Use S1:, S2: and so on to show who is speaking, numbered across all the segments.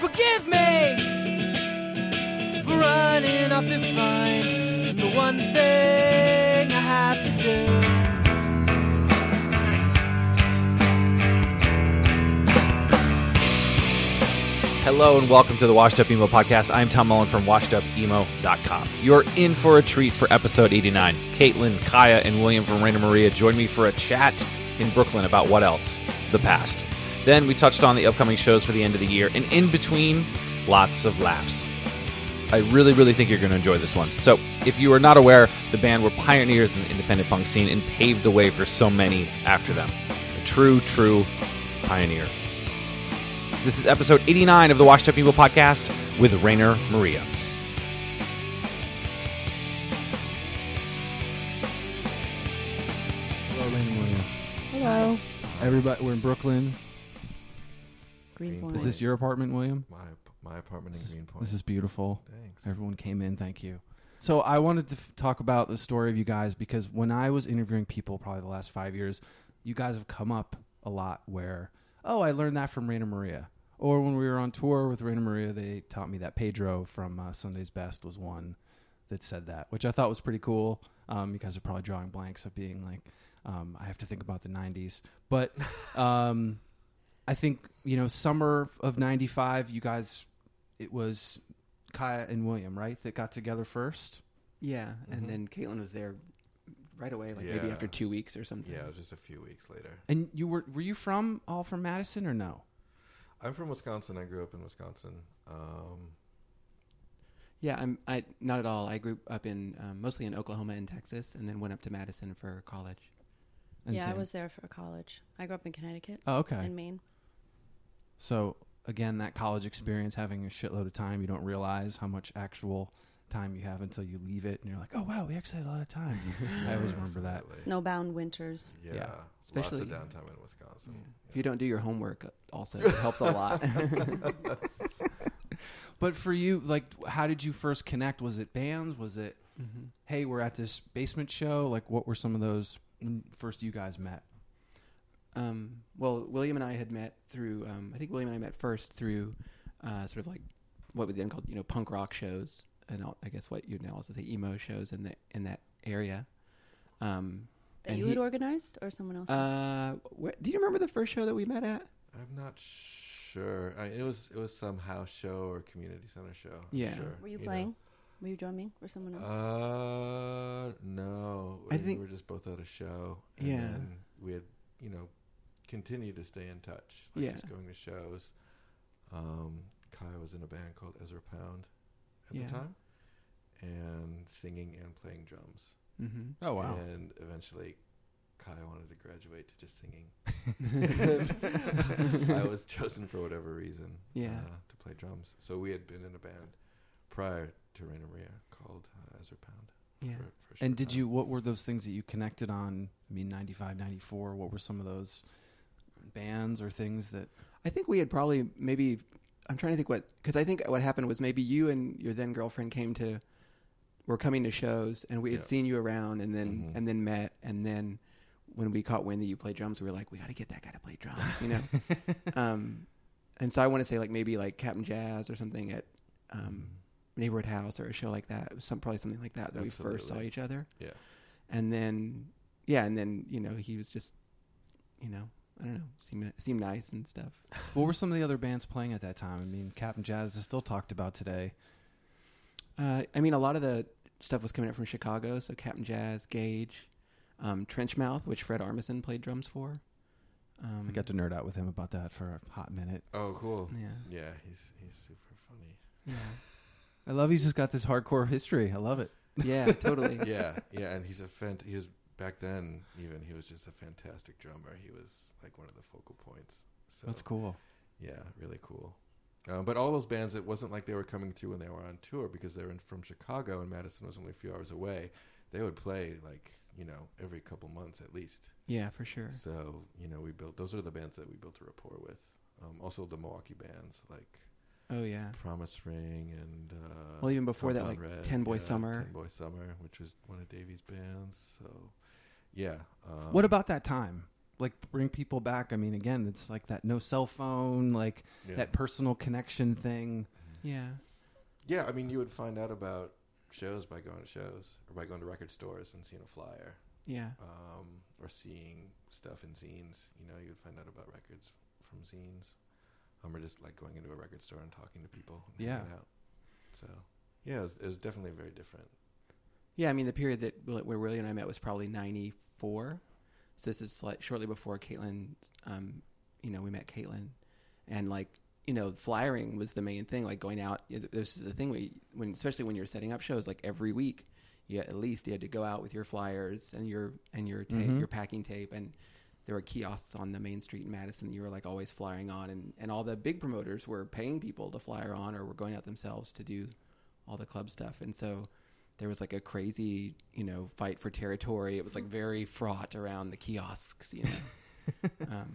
S1: Forgive me for running off the vine. And the one thing I have to do
S2: Hello and welcome to the Washed Up Emo podcast. I'm Tom Mullen from washedupemo.com. You're in for a treat for episode 89. Caitlin, Kaya, and William from Raina Maria join me for a chat in Brooklyn about what else? The past. Then we touched on the upcoming shows for the end of the year, and in between, lots of laughs. I really, really think you're going to enjoy this one. So, if you are not aware, the band were pioneers in the independent punk scene and paved the way for so many after them. A true, true pioneer. This is episode 89 of the Washed Up People podcast with Rainer Maria.
S3: Hello, Raina Maria.
S4: Hello.
S3: Everybody, we're in Brooklyn.
S4: Greenpoint.
S3: Is this your apartment, William?
S5: my my apartment in Greenpoint.
S3: This is beautiful.
S5: Thanks.
S3: Everyone came in. Thank you. So I wanted to f- talk about the story of you guys because when I was interviewing people, probably the last five years, you guys have come up a lot. Where oh, I learned that from Raina Maria, or when we were on tour with Raina Maria, they taught me that Pedro from uh, Sunday's Best was one that said that, which I thought was pretty cool. Um, you guys are probably drawing blanks of being like, um, I have to think about the '90s, but. Um, I think you know summer of '95. You guys, it was Kaya and William, right, that got together first.
S4: Yeah,
S3: Mm-hmm.
S4: and then Caitlin was there right away, like maybe
S5: Yeah.
S4: after two weeks or something.
S5: yeah, it was just a few weeks later.
S3: And you were were you from all from Madison or no?
S5: I'm from Wisconsin. I grew up in Wisconsin. Um,
S4: Yeah, I'm. I not at all. I grew up in um, mostly in Oklahoma and Texas, and then went up to Madison for college.
S3: And
S6: yeah,
S3: same-
S6: I was there for college. I grew up in Connecticut
S3: Oh, okay.
S6: and Maine.
S3: so again, that college experience, having a shitload of time, you don't realize how much actual time you have until you leave it, and you're like, oh wow, we actually had a lot of time. I always remember that.
S6: Snowbound winters.
S5: yeah,
S4: especially-
S5: lots of downtime in Wisconsin.
S4: If you don't do your homework, uh, also it helps a lot.
S3: But for you, like, how did you first connect? Was it bands? Was it,
S4: Mm-hmm.
S3: hey, we're at this basement show? Like, what were some of those when first you guys met?
S4: um, well, William and I had met through. Um, I think William and I met first through uh, sort of like what we then called you know punk rock shows, and al- I guess what you'd now also say emo shows in the in that area. Um,
S6: That
S4: and
S6: you
S4: he-
S6: had organized or someone else's?
S4: Uh, what, do you remember the first show that we met at?
S5: I'm not sure. I, it was it was some house show or community center show. I'm
S4: Yeah.
S5: sure,
S6: Were you
S5: know.
S6: playing? Were you drumming or someone else?
S4: Um,
S5: Uh, no.
S4: I
S5: we
S4: think-
S5: were just both at a show.
S4: Yeah.
S5: then we had you know continued to stay in touch. Like
S4: Yeah.
S5: Just going to shows. Um, Kai was in a band called Ezra Pound at
S4: Yeah.
S5: the time, and singing and playing drums.
S4: Mm-hmm.
S3: Oh
S5: And eventually, Kai wanted to graduate to just singing. I was chosen for whatever reason.
S4: Yeah.
S5: uh, to play drums. So we had been in a band prior to Raina Maria called uh, Ezra Pound.
S4: Yeah.
S5: for- for a
S3: And
S5: short
S3: did
S5: time.
S3: you? What were those things that you connected on? I mean, 95, 94, What were some of those bands or things that?
S4: I think we had probably maybe. I'm trying to think what because I think what happened was maybe you and your then girlfriend came to were coming to shows and we had
S5: Yeah. Mm-hmm.
S4: seen you around and then and then met and then when we caught wind that you played drums we were like we got to get that guy to play drums you know um, and so I want to say like maybe like Captain Jazz or something at
S5: Mm-hmm.
S4: um, Neighborhood House or a show like that. It was some probably something like that that we first saw
S5: Absolutely.
S4: each other.
S5: Yeah.
S4: and then yeah, and then you know he was just you know I don't know seemed seemed nice and stuff.
S3: What were some of the other bands playing at that time? I mean, Captain Jazz is still talked about today.
S4: Uh, I mean, a lot of the stuff was coming up from Chicago, so Captain Jazz, Gage, um, Trenchmouth, which Fred Armisen played drums for. Um,
S3: I got to nerd out with him about that for a hot minute.
S5: Oh, cool.
S4: yeah,
S5: Yeah, he's he's super funny.
S4: yeah,
S3: I love he's just got this hardcore history. I love it.
S4: yeah, totally.
S5: Yeah, yeah, and he's a fant. He was back then. Even he was just a fantastic drummer. He was like one of the focal points. So
S3: That's cool.
S5: Yeah, really cool. Um, but all those bands, it wasn't like they were coming through when they were on tour because they were in, from Chicago and Madison was only a few hours away. They would play like you know every couple months at least.
S4: Yeah, for sure.
S5: So you know we built those are the bands that we built a rapport with. Um, also the Milwaukee bands like
S4: Oh yeah,
S5: Promise Ring and uh,
S4: Well, even before that,
S5: Compound
S4: like, Ten Boy Summer.
S5: Ten Boy Summer, which was one of Davey's bands. So yeah, um,
S3: what about that time? Like bring people back. I mean, again, it's like that no cell phone, like
S5: yeah.
S3: that personal connection thing.
S4: yeah,
S5: Yeah, I mean you would find out about shows by going to shows or by going to record stores and seeing a flyer.
S4: yeah,
S5: um, or seeing stuff in zines. You know, you'd find out about records from zines, um, or just like going into a record store and talking to people. And
S3: Yeah.
S5: hanging out. So yeah, it was, it was definitely very different.
S4: yeah. I mean, the period that Will- where Willie and I met was probably '94. So this is like shortly before Caitlin. Um, you know, we met Caitlin, and like you know, flyering was the main thing. Like going out, you know, this is the thing we when especially when you're setting up shows, like every week, you at least you had to go out with your flyers and your and your tape, your packing tape, and there were kiosks on the main street in Madison that you were like always flyering on, and and all the big promoters were paying people to flyer on or were going out themselves to do all the club stuff, and so. There was like a crazy, you know, fight for territory. It was like very fraught around the kiosks, you know. um,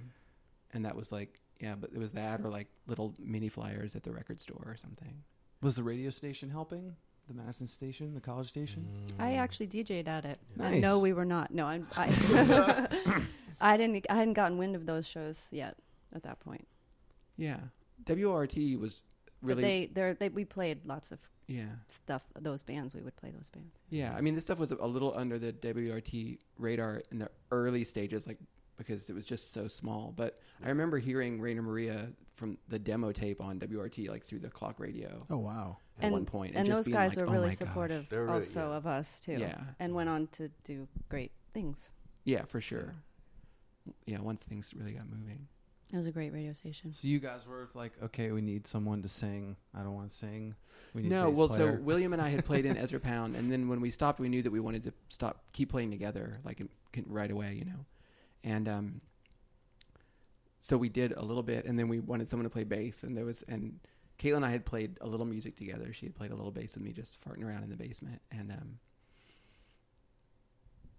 S4: and that was like yeah but it was that or like little mini flyers at the record store or something
S3: Was the radio station helping? The Madison station, the college station?
S4: Mm.
S6: I actually DJ'd at it.
S3: Nice.
S6: No, we were not. No, I, I, I didn't. I hadn't gotten wind of those shows yet at that point.
S4: yeah wrt was
S6: But
S4: really
S6: they, they're, they, we played lots of
S4: yeah
S6: stuff. Those bands, we would play those bands.
S4: yeah i mean this stuff was a little under the wrt radar in the early stages like because it was just so small but i remember hearing rainer maria from the demo tape on wrt like through the clock radio
S3: Oh wow.
S4: at one point
S6: and,
S4: just
S6: those
S4: being
S6: guys
S4: like,
S6: were
S4: "Oh
S6: really
S4: my gosh."
S6: supportive
S5: They were really-
S6: also
S5: yeah.
S6: of us too.
S4: Yeah.
S6: and went on to do great things.
S4: yeah for sure yeah once things really got moving
S6: It was a great radio station.
S3: So you guys were like, okay, we need someone to sing. I don't want to sing. We need a
S4: No,
S3: bass
S4: well,
S3: player.
S4: so William and I had played in Ezra Pound, and then when we stopped, we knew that we wanted to stop, keep playing together, like in- can- right away, you know. And um, so we did a little bit, and then we wanted someone to play bass, and there was and Caitlin and I had played a little music together. She had played a little bass with me, just farting around in the basement, and um,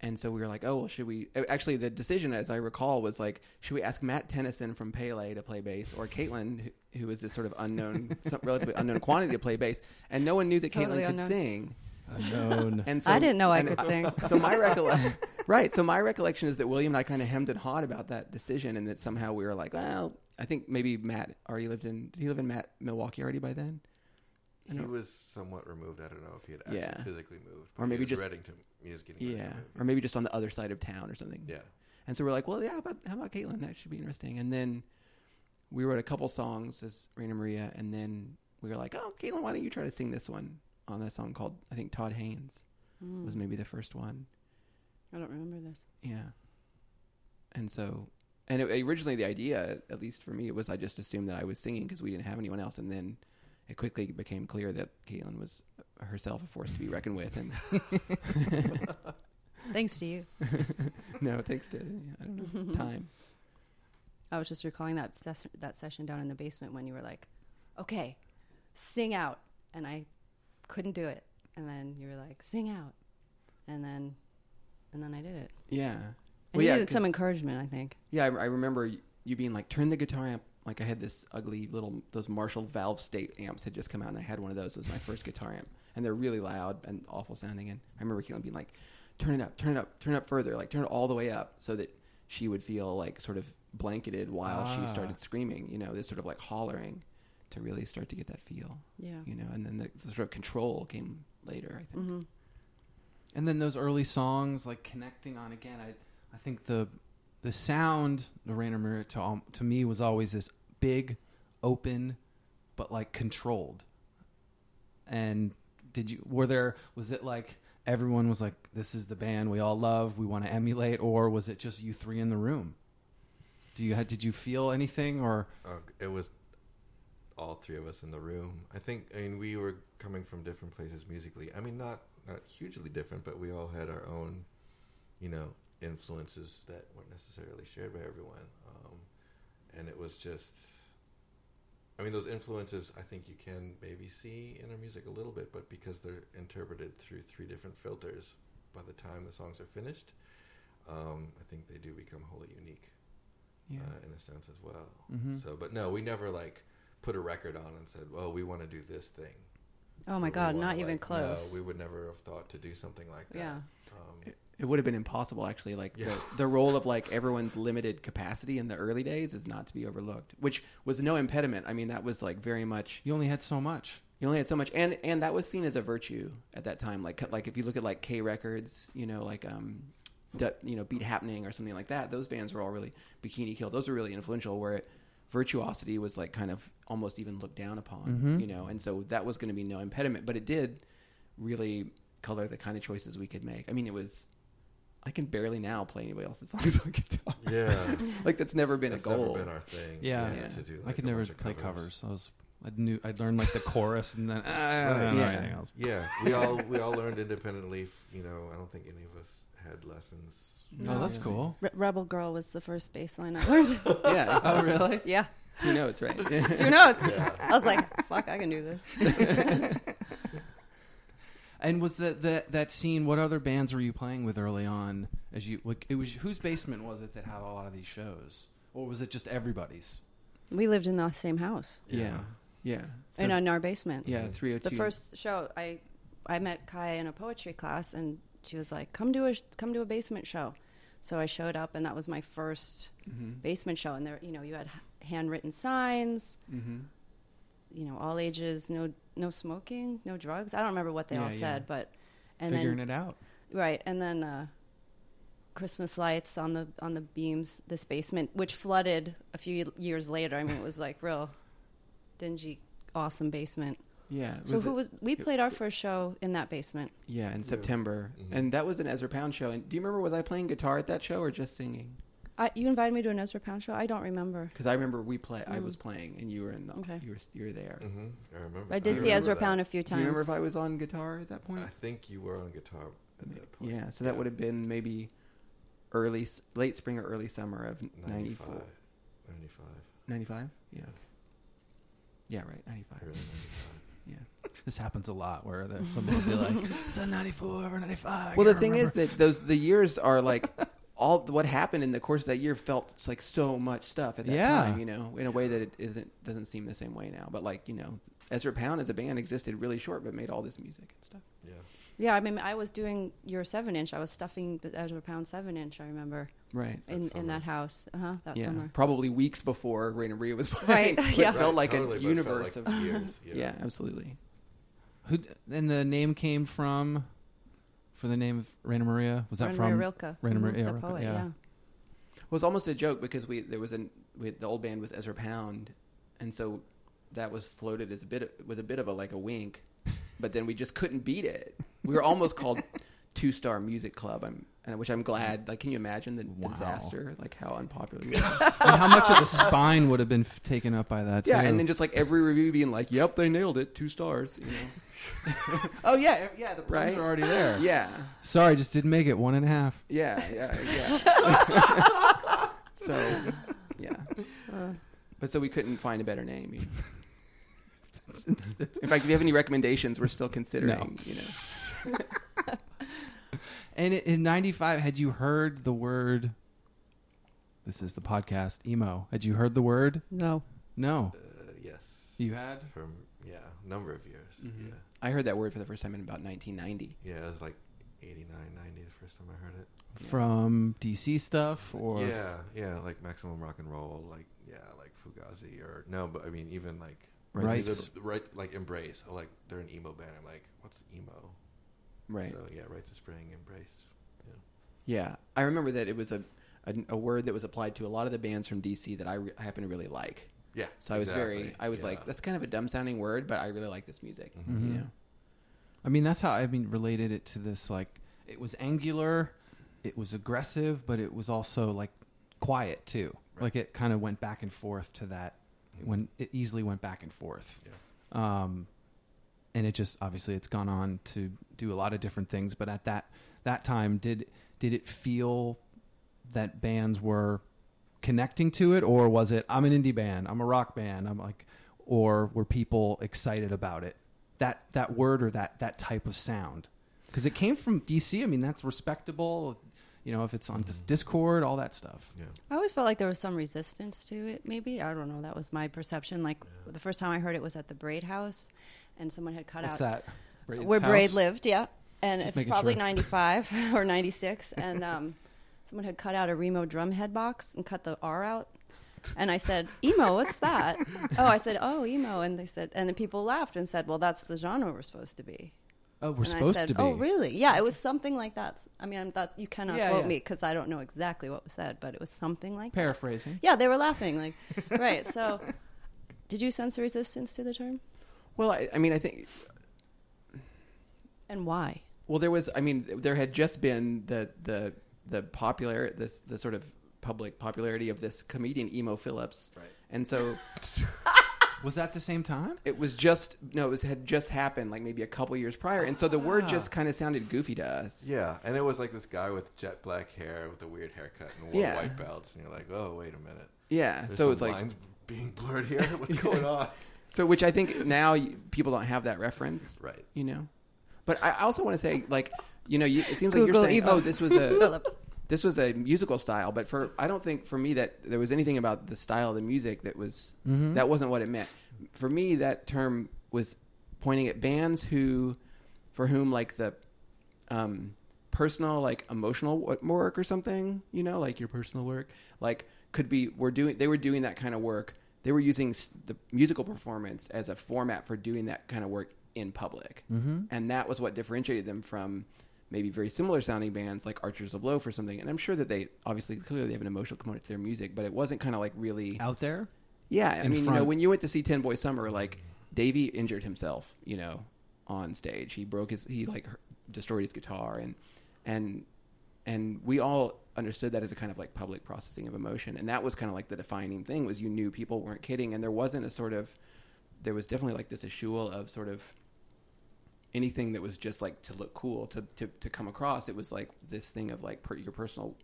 S4: and so we were like, oh, well, should we? Actually, the decision, as I recall, was like, should we ask Matt Tennyson from Pele to play bass or Caitlin, who, who is this sort of unknown, some relatively unknown quantity to play bass? And no one knew that
S6: Totally
S4: Caitlin could
S6: unknown.
S4: sing.
S3: unknown.
S4: And so
S6: I didn't know I
S4: and
S6: could sing.
S4: So my recollection, right? So my recollection is that William and I kind of hemmed and hawed about that decision, and that somehow we were like, well, I think maybe Matt already lived in. Did he live in Matt Milwaukee already by then?
S5: He was somewhat removed. I don't know if he had actually
S4: Yeah.
S5: physically moved,
S4: Or maybe
S5: he was
S4: just-
S5: Reddington. He was getting ready to
S4: Yeah,
S5: move,
S4: or maybe just on the other side of town or something.
S5: yeah.
S4: And so we're like, well, yeah, but how about Caitlin? That should be interesting. And then we wrote a couple songs as Raina Maria, and then we were like, oh, Caitlin, why don't you try to sing this one on a song called I think Todd Haynes
S6: Mm.
S4: was maybe the first one.
S6: I don't remember this.
S4: Yeah. And so, and it, originally the idea, at least for me, it was I just assumed that I was singing because we didn't have anyone else, and then it quickly became clear that Caitlin was herself a force to be reckoned with. And
S6: Thanks to you.
S4: no, thanks to I don't know time.
S6: I was just recalling that ses- that session down in the basement when you were like, "Okay, sing out," and I couldn't do it, and then you were like, "Sing out," and then and then I did it.
S4: Yeah.
S6: And you needed
S4: 'cause-
S6: some encouragement, I think.
S4: Yeah, I, I remember y- you being like, turn the guitar amp. Like I had this ugly little those Marshall Valve State amps had just come out, and I had one of those. It was my first guitar amp, and they're really loud and awful sounding. And I remember Keelan being like, turn it up, turn it up, turn it up further, like turn it all the way up, so that she would feel like sort of blanketed while
S3: Ah.
S4: she started screaming. You know, this sort of like hollering to really start to get that feel.
S6: Yeah.
S4: You know, and then the, the sort of control came later. I think.
S3: and then those early songs like connecting on again i i think the the sound of Rainer Mirror to al- to me was always this big open but like controlled and did you were there was it like everyone was like this is the band we all love we want to emulate or was it just you three in the room do you did you feel anything or
S5: Uh, it was all three of us in the room. I think. I mean, we were coming from different places musically. I mean, not not hugely different, but we all had our own, you know, influences that weren't necessarily shared by everyone. Um, and it was just. I mean, those influences I think you can maybe see in our music a little bit, but because they're interpreted through three different filters, by the time the songs are finished, um, I think they do become wholly unique
S4: Yeah.
S5: uh, in a sense as well.
S3: Mm-hmm.
S5: So, but no, we never like put a record on and said, "Well, we want to do this thing."
S6: Oh my
S5: Or, "We
S6: God,
S5: wanna,
S6: not even
S5: like-"
S6: close.
S5: No, we would never have thought to do something like that.
S6: Yeah.
S5: Um,
S4: It, it would have been impossible, actually. Like
S5: Yeah.
S4: the, the role of like everyone's limited capacity in the early days is not to be overlooked, which was no impediment. I mean, that was like very much
S3: you only had so much
S4: You only had so much, and and that was seen as a virtue at that time. Like like if you look at like K Records, you know, like um, Du- you know, Beat Happening or something like that. Those bands were all really Bikini Kill. Those were really influential. Where it, virtuosity was like kind of almost even looked down upon, you know, and so that was going to be no impediment. But it did really color the kind of choices we could make. I mean, it was. I can barely now play anybody else's songs on guitar.
S5: yeah.
S4: like that's never been
S5: That's
S4: a goal.
S5: never been our thing.
S3: Yeah.
S4: Yeah.
S5: To do,
S3: i
S5: like,
S3: could
S5: a
S3: never
S5: bunch of
S3: play covers, i was i knew i'd learn like the chorus and then ah, I don't know
S4: Yeah.
S3: anything else
S5: Yeah, we all we all learned independently. f- You know, I don't think any of us had lessons.
S3: oh that's cool
S6: Re- Rebel Girl was the first bass line I learned.
S4: yeah,
S3: Oh, really?
S6: yeah.
S4: you know it's right.
S6: Two notes. I was like, fuck, I can do this.
S3: And was that that that scene? What other bands were you playing with early on? As you like, it was whose basement was it that had a lot of these shows, or was it just everybody's?
S6: We lived in the same house
S4: yeah, yeah, So-
S6: and in our basement.
S4: yeah. Three hundred two.
S6: The first show I I met Kaya in a poetry class and she was like, "Come to a come to a basement show." So I showed up and that was my 1st basement show and there you know, you had h- handwritten signs. You know, all ages, no no smoking, no drugs. I don't remember what they
S4: Yeah,
S6: all
S4: yeah.
S6: said, but and
S3: Figuring
S6: then
S3: it out.
S6: Right, and then uh, Christmas lights on the on the beams. This basement, which flooded a few years later. I mean, it was like real dingy, awesome basement.
S4: Yeah.
S6: So who
S4: it-
S6: was? We played our first show in that basement.
S4: Yeah, Mm-hmm. in September, and that was an Ezra Pound show. And do you remember was I playing guitar at that show or just singing?
S6: I, you invited me to an Ezra Pound show. I don't remember.
S4: Because I remember we play. I was playing, and you were in the.
S6: Mm. Okay.
S4: You were you were there.
S5: hmm I remember.
S6: I did see
S5: remember
S6: Ezra
S5: that.
S6: Pound a few
S4: Do you remember
S6: times.
S4: if I was on guitar at that point?
S5: I think you were on guitar at that point.
S4: yeah. So that would have been maybe early, s- late spring or early summer of
S5: 95.
S4: 94,
S5: 95.
S4: 95? Yeah. Yeah. Right. Ninety five.
S5: Early 95.
S4: Yeah.
S3: This happens a lot where there's someone will be like, "Is that '94 or '95?"
S4: well the thing is that those the years are like all what happened in the course of that year felt like so much stuff at that
S3: Yeah.
S4: time you know in a way that it isn't doesn't seem the same way now but like you know ezra pound as a band existed really short but made all this music and stuff
S5: Yeah.
S6: yeah, I mean, I was doing your seven inch. I was stuffing the Ezra Pound seven inch. I remember
S4: right
S6: in in that house. Uh huh. That
S4: yeah
S6: summer.
S4: probably weeks before rain and Rhea was playing
S6: Right,
S4: but
S6: yeah.
S4: it felt like
S5: totally,
S4: a
S5: but it felt
S4: universe
S5: like
S4: of
S5: years. Yeah.
S4: yeah absolutely
S3: who? And the name came from, for the name of Raina Maria. Was that
S6: Rainer
S3: from
S6: Rilke,
S3: Rainer
S6: Mhm,
S3: Maria,
S6: the
S3: Rilke,
S6: poet.
S3: yeah.
S6: Yeah.
S4: It was almost a joke because we there was an we, the old band was Ezra Pound, and so that was floated as a bit of, with a bit of a like a wink, but then we just couldn't beat it. We were almost called Two Star Music Club. I'm and- which I'm glad. Like, can you imagine the
S3: Wow.
S4: disaster? Like how unpopular. We were.
S3: And how much of the spine would have been f- taken up by that?
S4: yeah,
S3: too?
S4: and then just like every review being like, "Yep, they nailed it. Two stars." You know. oh yeah, yeah, the
S3: Those
S4: right.
S3: are already there.
S4: yeah,
S3: Sorry, just didn't make it. One and a half.
S4: yeah, yeah, yeah. so, yeah. But so we couldn't find a better name. you know. In fact, if you have any recommendations, we're still considering.
S3: No.
S4: You know,
S3: And i- in '95, had you heard the word? This is the podcast emo. Had you heard the word?
S6: No.
S3: No,
S5: Uh, yes.
S3: you had.
S5: From yeah, number of years. Yeah.
S4: I heard that word for the first time in about 1990.
S5: Yeah, it was like 89, 90, the first time I heard it.
S2: from DC stuff or
S5: yeah, yeah, like Maximum Rock and Roll, like yeah, like Fugazi or no, but I mean even like
S2: Rights.
S5: These are the- right, like Embrace, like they're an emo band. I'm like, what's emo?
S4: Right.
S5: So yeah, Right to Spring, Embrace. Yeah.
S4: Yeah, I remember that it was a, a a word that was applied to a lot of the bands from DC that I, re- I happen to really like.
S5: Yeah.
S4: So I was very,
S5: exactly,
S4: I was
S5: yeah.
S4: like, that's kind of a dumb sounding word, but I really like this music. You know?
S2: I mean, that's how I mean related it to this. Like, it was angular, it was aggressive, but it was also like quiet too. Like it kind of went back and forth to that when it easily went back and forth. Um, and it just obviously it's gone on to do a lot of different things. But at that that time, did did it feel that bands were connecting to it, or was it I'm an indie band, I'm a rock band, I'm like, or were people excited about it? That that word or that that type of sound, because it came from DC. I mean, that's respectable. You know, if it's on dis Discord, all that stuff.
S6: I always felt like there was some resistance to it, maybe. I don't know. That was my perception. Like the first time I heard it was at the Braid House, and someone had cut
S2: What's
S6: out
S2: that? Braid's
S6: where Uh, Braid
S2: house?
S6: lived, yeah. And it's
S2: making
S6: probably
S2: sure.
S6: 95 or 96. And um, someone had cut out a Remo drum head box and cut the R out. And I said, Emo, what's that? oh, I said, Oh, emo. And they said, and the people laughed and said, Well, that's the genre we're supposed to be.
S2: Oh, we're
S6: and
S2: supposed
S6: I said,
S2: to be.
S6: Oh, really? Yeah, it was something like that. I mean, I'm, that, you cannot
S2: Yeah,
S6: quote
S2: yeah.
S6: me because I don't know exactly what was said, but it was something like that.
S2: Paraphrasing.
S6: Yeah, they were laughing. Like, right. So, did you sense a resistance to the term?
S4: Well, I, I mean, I think,
S6: And why?
S4: well, there was, I mean, there had just been the the the popular this the sort of public popularity of this comedian emo Phillips, right? And so
S2: Was that the same time?
S4: it was just no, it was, had just happened like maybe a couple years prior, and so the
S6: Ah.
S4: word just kind of sounded goofy to us.
S5: Yeah, and it was like this guy with jet black hair with a weird haircut and wore
S4: Yeah.
S5: white belts, and you're like, oh, wait a minute.
S4: Yeah,
S5: There's
S4: so
S5: some
S4: it's like
S5: lines being blurred here. What's going on?
S4: So, which I think now you- people don't have that reference,
S5: Right.
S4: You know, but I also want to say, like, you know, you, it seems like
S6: Google
S4: you're saying,
S6: emo.
S4: oh, this was a this was a musical style, but for I don't think for me that there was anything about the style of the music that was that wasn't what it meant. For me, that term was pointing at bands who, for whom, like the um, personal, like emotional wo- work or something, you know, like your personal work, like could be, we're doing, they were doing that kind of work. They were using s- the musical performance as a format for doing that kind of work in public. Mm-hmm. And that was what differentiated them from maybe very similar sounding bands like Archers of Loaf or something. And I'm sure that they obviously clearly have an emotional component to their music, but it wasn't kind of like really
S2: Out there.
S4: yeah, I
S2: in
S4: mean, you know,
S2: front.
S4: when you went to see Ten Boy Summer, like Davey injured himself, you know, on stage. He broke his, he like hurt- destroyed his guitar, and and and we all understood that as a kind of like public processing of emotion, and that was kind of like the defining thing was you knew people weren't kidding, and there wasn't a sort of, there was definitely like this eschewal of sort of anything that was just like to look cool to to, to come across. It was like this thing of like per, your personal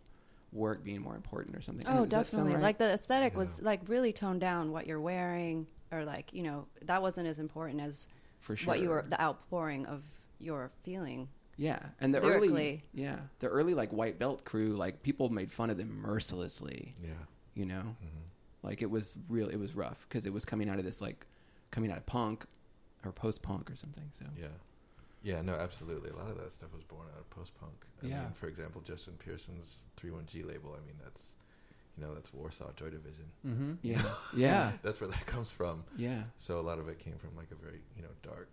S4: work being more important or something. I don't
S6: Oh,
S4: know, does that sound
S6: definitely.
S4: right?
S6: Like the aesthetic was like really toned down. What you're wearing, or like you know, that wasn't as important as
S4: For
S6: what you
S4: sure.
S6: were the outpouring of your feeling.
S4: Yeah, and the early
S6: Lyrically.
S4: yeah the early like white belt crew like people made fun of them mercilessly.
S5: Yeah.
S4: you know, like it was real. It was rough because it was coming out of this like coming out of punk or post punk or something. So
S5: Yeah. Yeah, no, absolutely. A lot of that stuff was born out of post punk. I
S2: Yeah.
S5: mean, for example, Justin Pearson's 31G label, I mean, that's, you know, that's Warsaw Joy Division.
S6: Mm-hmm.
S4: yeah, yeah,
S5: That's where that comes from.
S4: yeah,
S5: So a lot of it came from like a very, you know, dark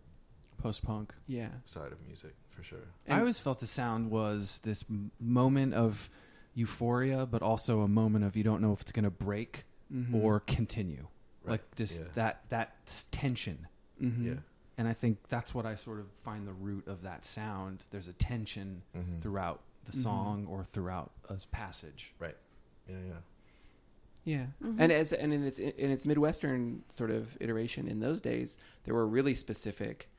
S2: Post punk.
S4: yeah.
S5: side of music, for sure.
S2: I always felt the sound was this m- moment of euphoria, but also a moment of you don't know if it's going to break or continue. Like just
S5: yeah.
S2: that that s- tension,
S6: Mm-hmm.
S5: Yeah.
S2: and I think that's what I sort of find the root of that sound. There's a tension throughout the song or throughout a s- passage.
S5: Right. Yeah, yeah.
S4: Yeah, and as and in its in its midwestern sort of iteration in those days, there were really specific.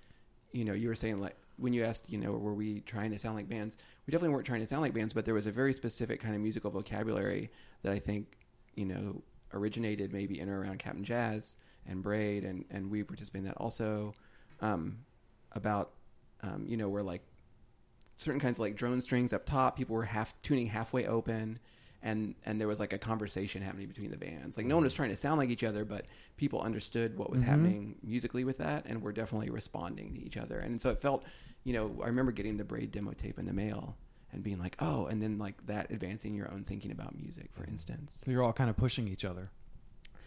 S4: You know, you were saying like when you asked, you know, were we trying to sound like bands? We definitely weren't trying to sound like bands, but there was a very specific kind of musical vocabulary that I think you know originated maybe in or around Captain Jazz and Braid, and and we participated in that also um, about um, you know where like certain kinds of like drone strings up top. People were half tuning halfway open, and and there was like a conversation happening between the bands. Like no one was
S3: Mm-hmm.
S4: trying to sound like each other, but people understood what was happening musically with that, and were definitely responding to each other. And so it felt, you know, I remember getting the Braid demo tape in the mail and being like, oh, and then like that advancing your own thinking about music,
S3: Mm-hmm.
S4: for instance.
S3: So you're all kind of pushing each other.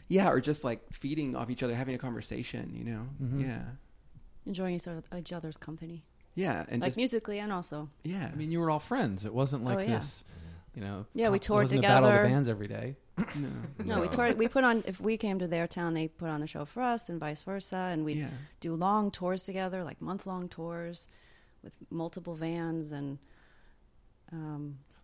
S4: Yeah, or just like feeding off each other, having a conversation, you know?
S3: Mm-hmm.
S4: Yeah.
S6: enjoying each other- each other's company,
S4: Yeah, and
S6: like
S4: just,
S6: musically and also.
S4: yeah.
S3: I mean, you were all friends. It wasn't like
S6: Oh, yeah.
S3: this, you know.
S6: Yeah, we
S3: it
S6: toured
S3: wasn't a battle of the
S6: together.
S3: bands every day.
S6: No, we toured. We put on if we came to their town, they put on the show for us, and vice versa. And we
S4: Yeah.
S6: would do long tours together, like month long tours, with multiple vans. And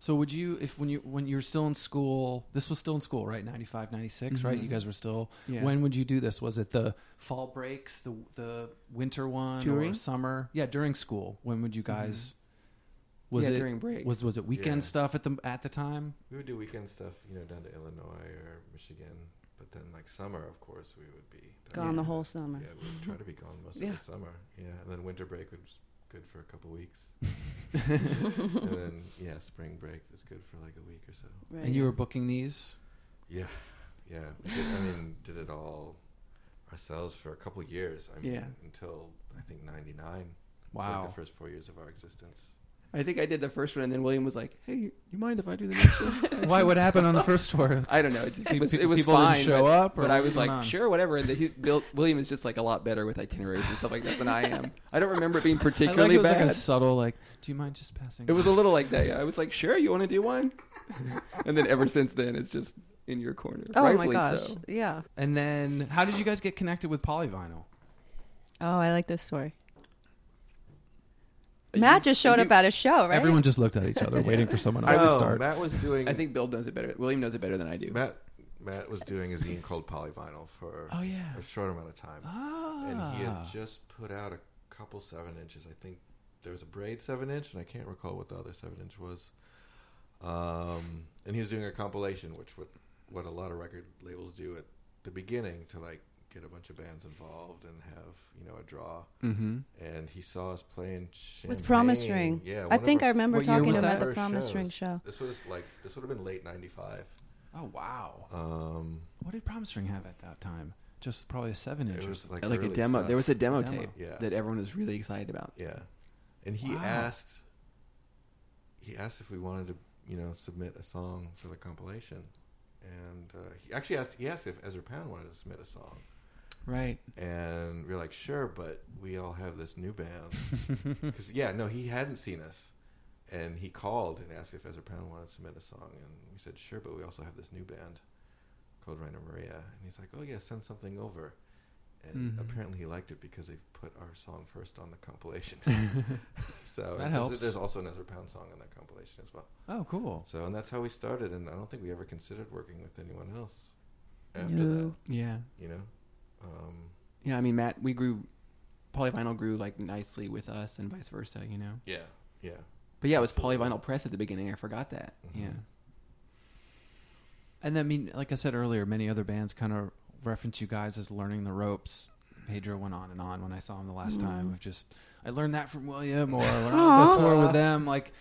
S3: So would you, if when you when you were still in school, this was still in school, right? 95, 96, right? You guys were still.
S4: Mm-hmm. Yeah.
S3: When would you do this? Was it the fall breaks, the the winter one,
S4: During?
S3: or summer? Yeah, during school. When would you guys? Was
S4: Mm-hmm. Yeah,
S3: it
S4: during break.
S3: Was was it weekend
S5: Yeah.
S3: stuff at the at the time?
S5: We would do weekend stuff, you know, down to Illinois or Michigan. But then, like summer, of course, we would be
S6: Gone the whole summer.
S5: Yeah, we would try to be gone most
S6: Yeah.
S5: of the summer. Yeah, and then winter break was good for a couple weeks. and then, yeah, spring break is good for like a week or so.
S6: right.
S3: And you were booking these.
S5: Yeah, yeah. We did, I mean, did it all ourselves for a couple years. I mean,
S4: Yeah.
S5: until I think '99.
S3: Wow.
S5: the first four years of our existence.
S4: I think I did the first one, and then William was like, "Hey, you mind if I do the next one?"
S3: Why? What happened on the first tour?
S4: I don't know. It, just,
S3: Pe-
S4: it was,
S3: pe-
S4: it was
S3: people
S4: fine.
S3: didn't show
S4: but,
S3: up, or
S4: but
S3: what
S4: I
S3: was
S4: was like,
S3: going on?
S4: "Sure, whatever." And the, he, Bill, William is just like a lot better with itineraries and stuff like that than I am. I don't remember it being
S3: I like
S4: particularly
S3: it was
S4: bad.
S3: like a subtle like. Do you mind just passing?
S4: it was a little like that. Yeah. I was like, "Sure, you want to do one?" and then ever since then, it's just in your corner.
S6: oh my
S4: Rightfully
S6: gosh,
S4: so.
S6: yeah.
S3: And then, how did you guys get connected with Polyvinyl?
S6: Oh, I like this story. Matt just showed
S4: you-
S6: up at a show, right?
S3: Everyone just looked at each other, waiting for someone
S4: I
S3: else to
S4: was-
S3: start.
S5: Oh, Matt was doing.
S4: I think Bill knows it better. William knows it better than I do.
S5: Matt Matt was doing a zine called Polyvinyl for
S3: Oh, yeah. Ah.
S5: a short amount of time, and he had just put out a couple seven inches. I think there was a braid seven inch, and I can't recall what the other seven inch was. Um, and he was doing a compilation, which what what a lot of record labels do at the beginning to like get a bunch of bands involved and have you know a draw. Mm-hmm. And he saw us playing
S6: with Promise
S5: Champagne.
S6: Ring.
S5: Yeah,
S6: I
S5: one of
S6: think
S5: our
S6: I remember
S3: What year
S6: talking
S3: was
S6: to him
S3: that?
S6: at the
S5: first
S6: Promise
S5: shows.
S6: Ring show.
S5: This was like this would have been late '95.
S3: Oh wow!
S5: Um,
S3: What did Promise Ring have at that time? Just probably a seven inch.
S5: it
S3: or
S5: was like
S4: like a
S5: early
S4: demo.
S5: stuff.
S4: There was a demo,
S3: Demo.
S4: tape
S5: Yeah.
S4: that everyone was really excited about.
S5: Yeah. And he
S3: Wow.
S5: asked he asked if we wanted to, you know, submit a song for the compilation. And uh, he actually asked he asked if Ezra Pound wanted to submit a song.
S4: Right.
S5: And we were like, "Sure, but we all have this new band." Cuz yeah, no, he hadn't seen us. And he called and asked if Ezra Pound wanted to submit a song and we said, "Sure, but we also have this new band called Raina Maria." And he's like, "Oh yeah, send something over." And apparently he liked it because they put our song first on the compilation. So and there's-
S3: helps.
S5: There's also an Ezra Pound song on that compilation as well.
S3: Oh, cool.
S5: So and that's how we started, and I don't think we ever considered working with anyone else after that.
S6: No.
S4: Yeah.
S5: You know, um,
S4: Yeah. I mean, Matt, we grew. Polyvinyl grew like nicely with us, and vice versa. You know.
S5: yeah, yeah.
S4: But yeah, it was Polyvinyl Press at the beginning. I forgot that. Yeah.
S3: And then, I mean, like I said earlier, many other bands kind of reference you guys as learning the ropes. Pedro went on and on when I saw him the
S6: Mm-hmm.
S3: last time. Of just, I learned that from William, or when I was on tour with them. Like,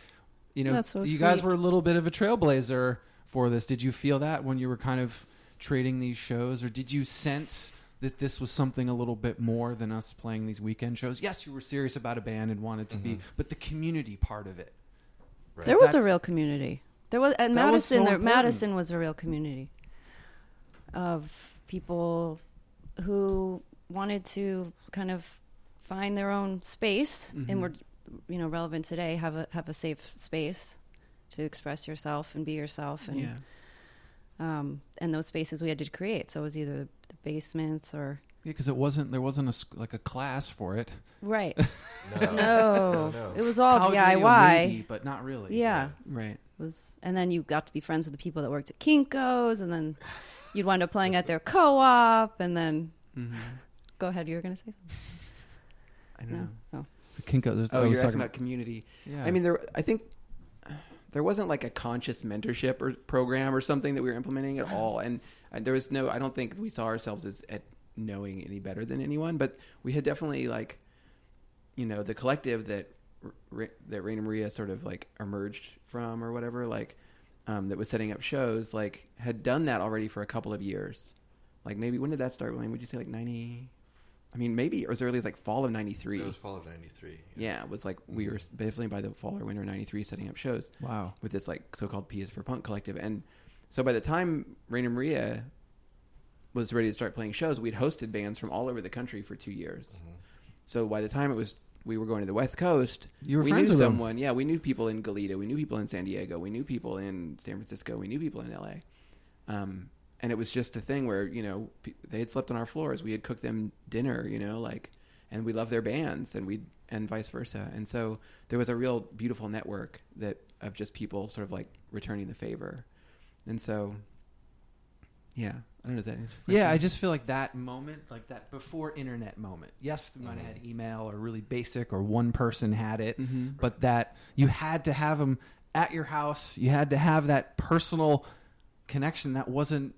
S3: you know,
S6: That's so
S3: you guys
S6: sweet.
S3: were a little bit of a trailblazer for this. Did you feel that when you were kind of trading these shows, or did you sense? That this was something a little bit more than us playing these weekend shows. Yes, you were serious about a band and wanted to
S6: Mm-hmm.
S3: be, but the community part of it.
S6: There was a
S3: That's-
S6: real community. There was at
S3: That was
S6: Madison.
S3: so
S6: there,
S3: important.
S6: Madison was a real community of people who wanted to kind of find their own space and were, you know, relevant today. Have a have a safe space to express yourself and be yourself, and
S4: Yeah.
S6: um, and those spaces we had to create. So it was either the basements or
S3: Yeah, because it wasn't there wasn't a sc- like a class for it.
S6: right.
S5: No,
S6: No,
S5: no.
S6: it was all
S3: How do you- maybe,
S6: DIY.
S3: but not really.
S6: Yeah.
S4: Right.
S6: was and then you got to be friends with the people that worked at Kinko's and then you'd wind up playing at their co-op and then go ahead you were going to say something
S4: I don't know.
S6: no
S3: The Kinko. There's,
S4: Oh,
S3: I
S4: you're
S3: was
S4: asking
S3: talking
S4: about community.
S3: Yeah.
S4: I mean, there. I think there wasn't like a conscious mentorship or program or something that we were implementing at all, and, and there was no. I don't think we saw ourselves as at knowing any better than anyone, but we had definitely like, you know, the collective that R- Ra- that Raina Maria sort of like emerged from or whatever. Like, um, that was setting up shows like had done that already for a couple of years. Like maybe when did that start, William? Would you say like ninety? I mean, maybe or as early as like fall of ninety three.
S5: It was fall of '93.
S4: Yeah, it was like we were definitely by the fall or winter of '93 setting up shows.
S2: Wow.
S4: With this like so-called P is for Punk collective, and so by the time Raina Maria was ready to start playing shows, we'd hosted bands from all over the country for two years.
S2: Mm-hmm.
S4: So by the time it was, we were going to the West Coast.
S2: You were
S4: we
S2: friends
S4: knew
S2: with them.
S4: someone. Yeah, we knew people in Goleta. We knew people in San Diego. We knew people in San Francisco. We knew people in L.A. Um, and it was just a thing where you know pe- they had slept on our floors. We had cooked them dinner, you know, like, and we loved their bands, and we and vice versa. And so there was a real beautiful network that of just people sort of like returning the favor. And so, yeah, I don't know. Does that answer? your
S2: Yeah, I
S4: question?
S2: just feel like that moment, like that before internet moment. Yes, we might have had email or really basic or one person had it, but that you had to have them at your house. You had to have that personal connection that wasn't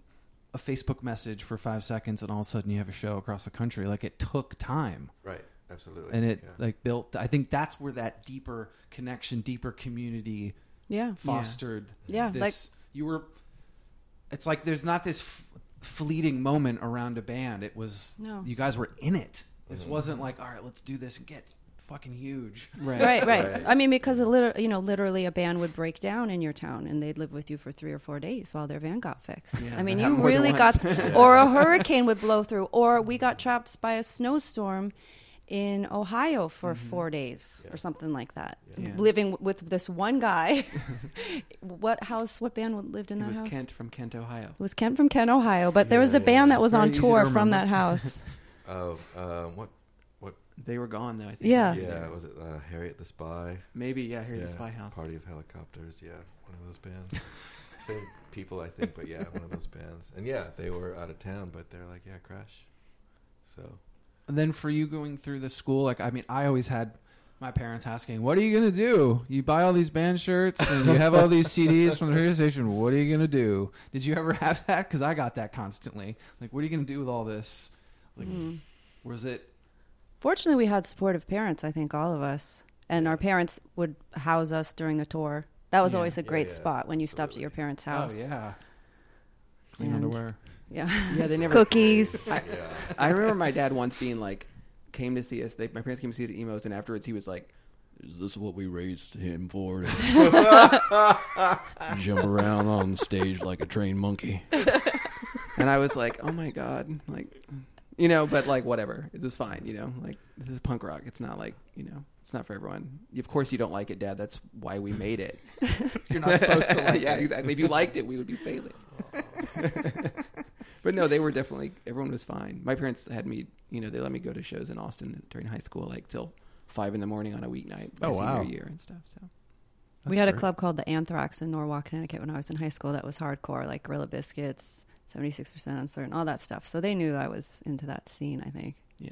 S2: a Facebook message for five seconds and all of a sudden you have a show across the country. Like it took time
S5: Right. Absolutely.
S2: and it
S5: yeah.
S2: like built. I think that's where that deeper connection, deeper community
S6: Yeah.
S2: fostered.
S6: Yeah,
S2: this,
S6: like-
S2: you were. It's like there's not this f- fleeting moment around a band. It was
S6: No.
S2: you guys were in it. This wasn't like all right, let's do this and get fucking huge.
S6: Right, right.
S5: Right.
S6: I mean, because a liter- you know, literally a band would break down in your town, and they'd live with you for three or four days while their van got fixed. I mean,
S4: that
S6: you
S4: happened more than
S6: really
S4: once.
S6: got, or a hurricane would blow through, or we got trapped by a snowstorm in Ohio for four days or something like that.
S4: Mm-hmm. Yeah.
S6: Living with this one guy, what house? What band lived in that
S4: it was
S6: house?
S4: Kent from Kent, Ohio.
S6: It was Kent from Kent, Ohio, but there was a band that was
S2: Very
S6: on
S2: easy to
S6: tour from
S2: remember.
S6: that house.
S5: Oh, um, what? What?
S4: They were gone though. I think.
S6: Yeah.
S5: Yeah. Was it uh, Harriet the Spy?
S4: Maybe yeah. Here at
S5: yeah.
S4: the spy house.
S5: Party of Helicopters. Yeah. One of those bands. Same people, I think, but yeah, one of those bands. And yeah, they were out of town, but they're like, yeah, crash. So
S2: And then for you going through the school, like I mean, I always had my parents asking, "What are you gonna do? You buy all these band shirts and you have all these CDs from the radio station. What are you gonna do? Did you ever have that? Because I got that constantly. Like, what are you gonna do with all this? Like,
S6: Hmm.
S2: was it
S6: Fortunately, we had supportive parents, I think, all of us. And our parents would house us during the tour. That was always a great
S5: yeah,
S6: spot when you stopped at your parents' house.
S2: Oh yeah, clean
S6: And-
S2: underwear.
S6: Yeah.
S4: Yeah, they never
S6: Cookies.
S5: yeah.
S4: I remember my dad once being like, came to see us. They, my parents came to see the emos, and afterwards he was like, "Is this what we raised him for? To jump around on stage like a trained monkey." and I was like, "Oh my god!" Like, you know, but like whatever, it was fine. You know, like this is punk rock. It's not like you know, it's not for everyone. Of course, you don't like it, Dad. That's why we made it. You're not supposed to like. Yeah, exactly. If you liked it, we would be failing. But no, they were definitely everyone was fine. My parents had me, you know, they let me go to shows in Austin during high school, like till five in the morning on a weeknight, my
S2: Oh,
S4: senior
S2: wow.
S4: year and stuff. So
S6: we had a
S2: great.
S6: club called the Anthrax in Norwalk, Connecticut when I was in high school that was hardcore, like Gorilla Biscuits, 76% Uncertain, all that stuff. So they knew I was into that scene, I think.
S4: yeah,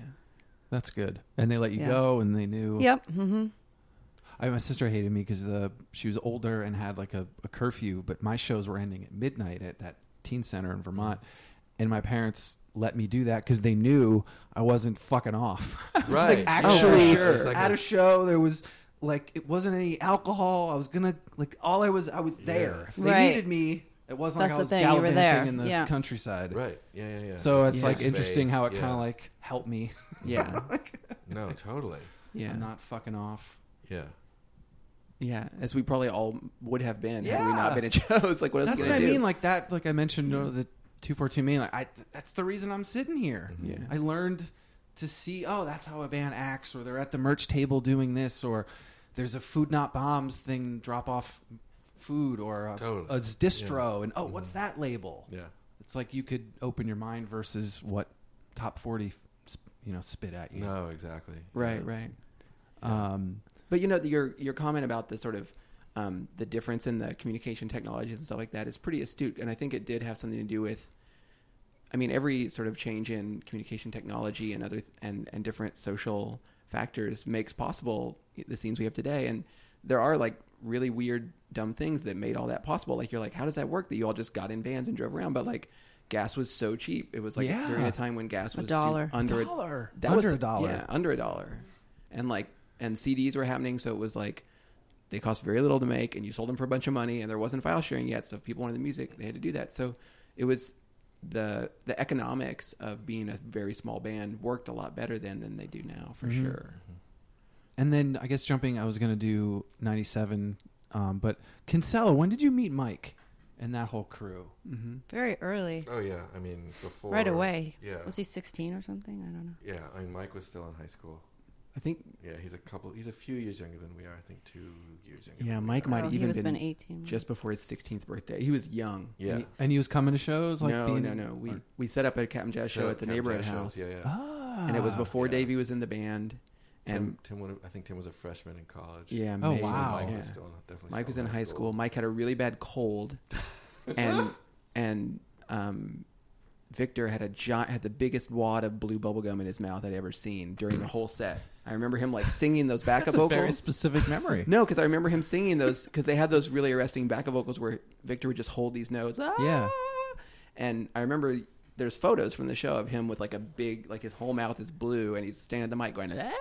S2: That's good. And they let you
S6: Yeah.
S2: go, and they knew.
S6: Yep.
S4: mm-hmm.
S6: hmm
S2: I, my sister hated me because the she was older and had like a, a curfew, but my shows were ending at midnight at that teen center in Vermont, and my parents let me do that because they knew I wasn't fucking off. I was,
S5: Right.
S2: Like,
S5: Oh, for
S2: actually,
S5: sure. It's like
S2: at
S5: a-
S2: a show there was. Like it wasn't any alcohol. I was gonna like all I was. I was there. If they
S6: Right.
S2: needed me. It wasn't like
S6: That's the
S2: I was
S6: thing, you were
S2: gallivanting
S6: there.
S2: in the
S6: Yeah.
S2: countryside.
S5: Right. Yeah. Yeah. yeah.
S2: So
S5: This
S2: it's
S5: is
S2: like
S5: your
S2: interesting
S5: space,
S2: how it
S5: yeah.
S2: kind of like helped me.
S4: yeah,
S5: No, totally.
S4: yeah,
S2: I'm not fucking off.
S5: Yeah.
S4: yeah. As we probably all would have been had we
S2: Yeah.
S4: not been at shows. Like what else?
S2: That's
S4: was
S2: what
S4: gonna
S2: I
S4: do?
S2: mean. Like that. Like I mentioned, uh, the two four two mean. Like I. That's the reason I'm sitting here.
S4: Yeah.
S2: I learned to see. Oh, that's how a band acts, or they're at the merch table doing this, or there's a food not bombs thing. Drop off food or a,
S5: Totally.
S2: a distro, and oh, what's that label?
S5: Yeah.
S2: It's like you could open your mind versus what top forty, sp- you know, spit at you.
S5: No, exactly.
S4: right, right.
S2: Um,
S4: But you know, the, your your comment about the sort of um, the difference in the communication technologies and stuff like that is pretty astute, and I think it did have something to do with. I mean, every sort of change in communication technology and other and and different social factors makes possible the scenes we have today, and there are like really weird dumb things that made all that possible like you're like how does that work that you all just got in vans and drove around but like gas was so cheap it was like
S2: Yeah.
S4: during a time when gas was su-
S6: dollar.
S4: under
S2: Dollar.
S4: that
S2: Under
S4: was
S2: a dollar.
S4: yeah, under a dollar and like and cds were happening so it was like They cost very little to make, and you sold them for a bunch of money, and there wasn't file sharing yet. So if people wanted the music, they had to do that. So it was the the economics of being a very small band worked a lot better then than they do now for sure.
S3: And then I guess jumping, I was gonna do '97, um, but Kinsella. When did you meet Mike and that whole crew?
S6: Very early.
S5: Oh yeah, I mean before
S6: Right away.
S5: Yeah,
S6: Was he 16 or something? I don't know.
S5: yeah. I mean Mike was still in high school.
S4: I think
S5: Yeah, he's a couple. He's a few years younger than we are. I think two years younger.
S4: yeah,
S5: than we
S4: Mike
S5: are.
S4: might
S6: Oh,
S4: have
S6: he
S4: even
S6: was
S4: been
S6: been 18.
S4: just before his 16th birthday. He was young.
S5: Yeah.
S4: He-
S3: And he was coming to shows like
S4: no,
S3: being,
S4: no, no. We we set up a Captain Jazz show
S5: So
S4: at the
S5: Captain
S4: neighborhood
S5: Jazz
S4: house,
S5: shows, Yeah, yeah.
S3: Oh.
S4: and it was before Davey was in the band, and
S5: Tim, Tim would have- I think Tim was a freshman in college.
S4: yeah,
S3: Oh,
S4: maybe,
S3: wow.
S5: Mike
S4: yeah.
S5: was still in, definitely.
S4: Mike was
S5: still
S4: in high school. Mike had a really bad cold, and and um, Victor had a giant, had the biggest wad of blue bubble gum in his mouth I'd ever seen during the whole set. I remember him like singing those backup
S3: That's a
S4: vocals.
S3: very specific memory.
S4: no, because I remember him singing those because they had those really arresting backup vocals where Victor would just hold these notes. "Ah,"
S3: Yeah.
S4: and I remember there's photos from the show of him with like a big like his whole mouth is blue and he's standing at the mic going. "Ah."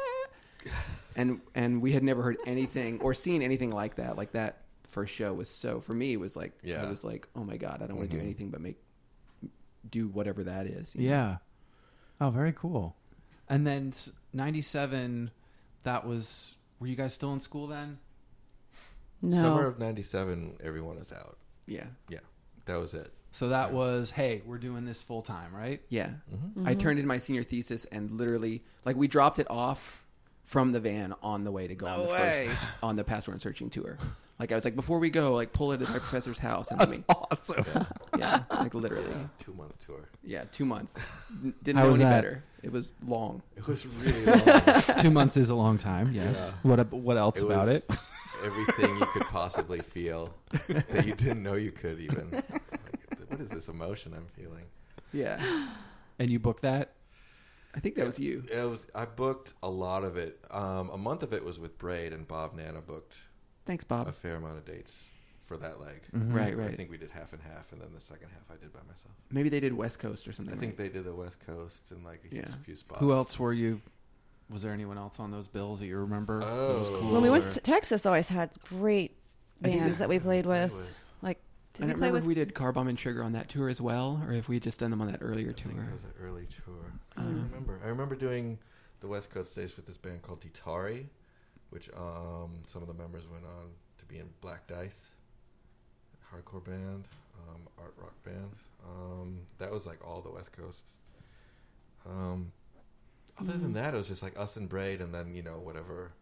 S4: and and we had never heard anything or seen anything like that. Like that first show was so for me it was like
S5: Yeah.
S4: I was like, oh my god, I don't want to do anything but make do whatever that is. you know?
S3: Yeah. Oh, very cool. And then '97, that was. Were you guys still in school then?
S6: no.
S5: Summer of '97, everyone was out.
S4: yeah,
S5: Yeah, that was it.
S3: So that was, hey, we're doing this full time, right?
S4: yeah.
S5: Mm-hmm.
S4: I turned in my senior thesis and literally like we dropped it off from the van on the way to go on the first on the password searching tour. Like I was like, before we go, like pull it at my professor's house and let me,
S3: Awesome.
S4: yeah, like literally,
S5: Two month tour.
S4: yeah, two months. N- Didn't
S3: How
S4: know
S3: was
S4: any
S3: that?
S4: better. It was long.
S5: It was really long.
S3: Two months is a long time. Yes. What ab- What else about
S5: was
S3: it?
S5: everything you could possibly feel that you didn't know you could even. Like, what is this emotion I'm feeling?
S4: Yeah,
S3: And you booked that.
S4: I think that was you.
S5: It was, I booked a lot of it. Um, a month of it was with Braid and Bob Nana booked
S4: Thanks,
S5: a
S4: Bob.
S5: fair amount of dates for that leg.
S4: Right,
S5: I
S4: right.
S5: think we did half and half, and then the second half I did by myself.
S4: Maybe they did West Coast or something.
S5: I think
S4: right?
S5: they did the West Coast and like a
S4: Yeah.
S5: few spots.
S3: Who else were you? Was there anyone else on those bills that you remember? that was
S5: Oh.
S3: cool.
S6: When we
S3: or-
S6: went to Texas, always had great
S5: I think
S6: bands that we played with.
S5: with.
S6: Like, did
S4: I
S6: we
S4: don't
S6: play
S4: remember
S6: with?
S4: if we did Car Bomb and Trigger on that tour as well, or if we had just done them on that earlier
S5: I
S4: tour.
S5: think it was an early tour. I
S4: Uh.
S5: don't remember. I remember doing the West Coast dates with this band called Titari, which um, some of the members went on to be in Black Dice, hardcore band, um, art rock band. Um, that was like all the West Coast. Um, other
S4: Mm-hmm.
S5: than that, it was just like us and Braid, and then you know whatever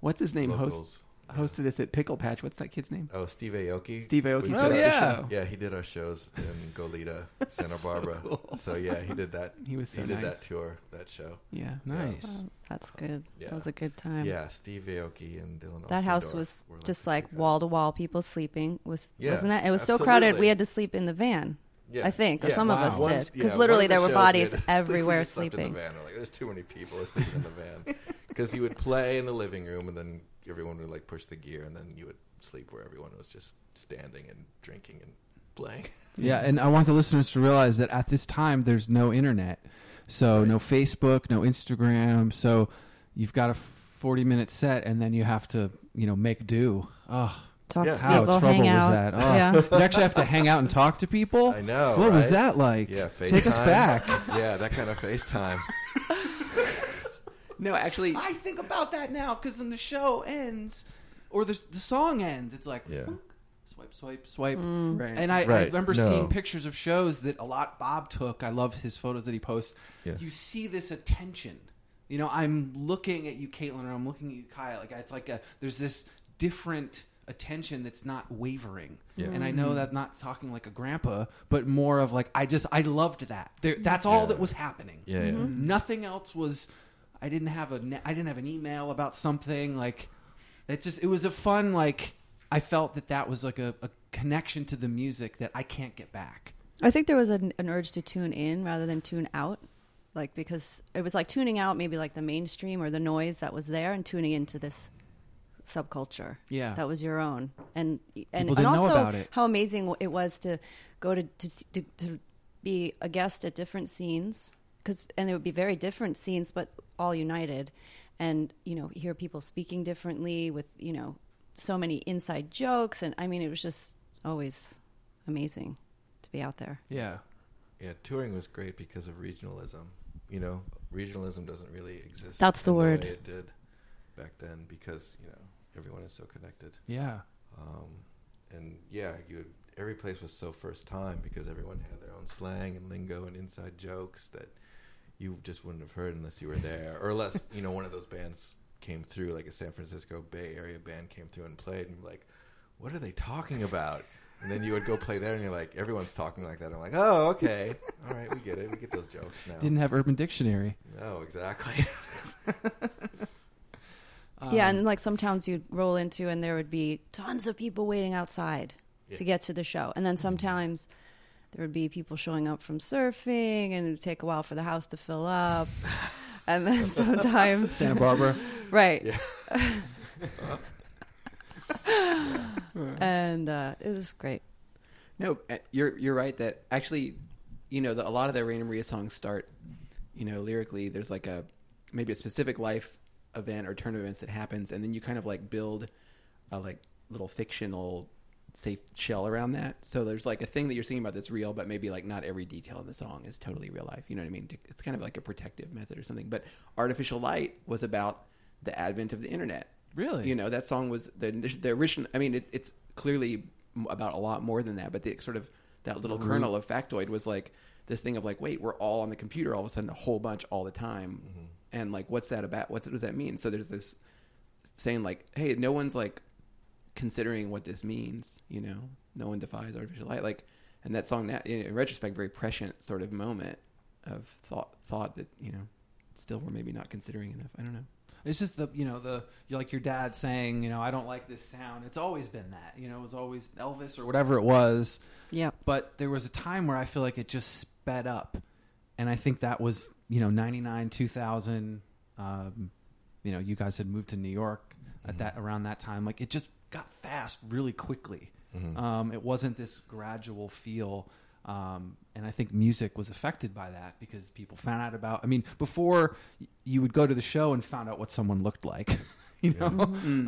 S4: What's his name? Host,
S5: locals.
S4: hosted us at Pickle Patch. What's that kid's name?
S5: Oh, Steve Aoki.
S4: Steve Aoki
S5: We
S4: set
S5: did
S4: up the
S3: yeah.
S4: show.
S5: yeah, he did our shows in Goleta, Santa Barbara. So, yeah, he did that.
S4: He was so
S5: he did
S4: nice.
S5: that tour, that show.
S4: Yeah.
S3: Nice.
S6: Oh, that's good.
S5: Yeah.
S6: That was a good time.
S5: Yeah, Steve Aoki and Dylan.
S6: That
S5: Ostendorf
S6: house was
S5: were,
S6: just
S5: the
S6: like
S5: big
S6: wall
S5: guys.
S6: to wall people sleeping. Was
S5: Yeah,
S6: wasn't that? It was so crowded.
S5: absolutely.
S6: We had to sleep in the van.
S5: Yeah.
S6: I think, or
S5: Yeah.
S6: some
S3: Wow.
S6: of us
S5: One-
S6: did,
S5: yeah,
S6: because
S5: one
S6: literally
S5: of the
S6: there were
S5: shows we had
S6: bodies
S5: to sleep-
S6: everywhere
S5: we slept
S6: sleeping.
S5: In the van. We're like, there's too many people we're sleeping in the van because he would play in the living room and then everyone would like push the gear and then you would sleep where everyone was just standing and drinking and playing.
S3: Yeah, and I want the listeners to realize that at this time there's no internet. So no Facebook, no Instagram. So you've got a 40-minute set and then you have to, you know, make do. Oh,
S6: Talk
S5: Yeah.
S6: to
S3: how
S6: people,
S3: trouble
S6: hang
S3: was
S6: out.
S3: that? Oh.
S6: Yeah.
S3: You actually have to hang out and talk to people?
S5: I know,
S3: What was
S5: right?
S3: that like?
S5: Yeah, FaceTime.
S3: Take us back.
S5: yeah, that kind of FaceTime.
S4: No, actually,
S3: I think about that now because when the show ends or the, the song ends, it's like
S5: Yeah.
S3: "Funk," swipe, swipe, swipe.
S6: Mm.
S4: Right.
S3: And I, I
S5: Right,
S3: remember
S5: no.
S3: seeing pictures of shows that a lot Bob took. I love his photos that he posts.
S5: Yeah.
S3: You see this attention. You know, I'm looking at you, Caitlin, or I'm looking at you, Kyle. Like it's like a there's this different attention that's not wavering. And
S5: Mm-hmm.
S3: I know that not talking like a grandpa, but more of like I just I loved that. There, that's all that was happening.
S5: Yeah, yeah. Mhm.
S3: Nothing else was. I didn't have a. ne- I didn't have an email about something. Like, it just. It was a fun. Like, I felt that that was like a, a connection to the music that I can't get back.
S6: I think there was an, an urge to tune in rather than tune out, like because it was like tuning out maybe like the mainstream or the noise that was there and tuning into this subculture.
S3: Yeah.
S6: that was your own, and and,
S3: People
S6: and
S3: didn't know
S6: also
S3: about it.
S6: how amazing it was to go to to s- to, to be a guest at different scenes because and it would be very different scenes, but all united, and you know hear people speaking differently with you know so many inside jokes, and I mean, it was just always amazing to be out there.
S2: Yeah.
S5: Yeah, touring was great because of regionalism. You know, regionalism doesn't really exist.
S6: That's the
S5: in
S6: word.
S5: way it did back then because you know everyone is so connected.
S2: Yeah.
S5: Oh. And yeah, you would, every place was so first time because everyone had their own slang and lingo and inside jokes that you just wouldn't have heard unless you were there or unless you know one of those bands came through, like a San Francisco Bay Area band came through and played, and you're like, what are they talking about? And then you would go play there, and you're like, everyone's talking like that. I'm like, oh, okay, all right, we get it, we get those jokes now.
S2: Didn't have Urban Dictionary.
S5: Oh, exactly.
S6: yeah,
S2: Um,
S6: and like some towns you'd roll into, and there would be tons of people waiting outside to get to the show, and
S2: Mm-hmm.
S6: then sometimes there would be people showing up from surfing, and it would take a while for the house to fill up, and then sometimes
S2: Santa Barbara.
S6: right, and uh, it was great.
S4: No, uh, you're you're right that actually, you know, the, a lot of the Raina Maria songs start, you know, lyrically. There's like a maybe a specific life event or turn of events that happens, and then you kind of like build a like little fictional safe shell around that. So there's like a thing that you're singing about that's real, but maybe like not every detail in the song is totally real life. You know what I mean? It's kind of like a protective method or something. But artificial light was about the advent of the internet.
S2: Really?
S4: You know, that song was the the original. I mean, it, it's clearly m- about a lot more than that, but the sort of that little kernel of factoid was like this thing of like, wait, we're all on the computer all of a sudden a whole bunch all the time, and like, what's that about? What's, what does that mean? So there's this saying like, hey, no one's like considering what this means. You know, no one defies artificial light. Like, and that song, that in in retrospect, very prescient sort of moment of thought thought that you know still we're maybe not considering enough. I don't know.
S2: It's just the you know the you like your dad saying you know I don't like this sound. It's always been that you know it was always Elvis or whatever it was.
S6: Yep.
S2: But there was a time where I feel like it just sped up, and I think that was you know ninety nine two thousand. Um, you know, you guys had moved to New York at that around that time. Like it just got fast really quickly. Um, it wasn't this gradual feel. Um, and I think music was affected by that because people found out about. I mean, before y- you would go to the show and found out what someone looked like. You know,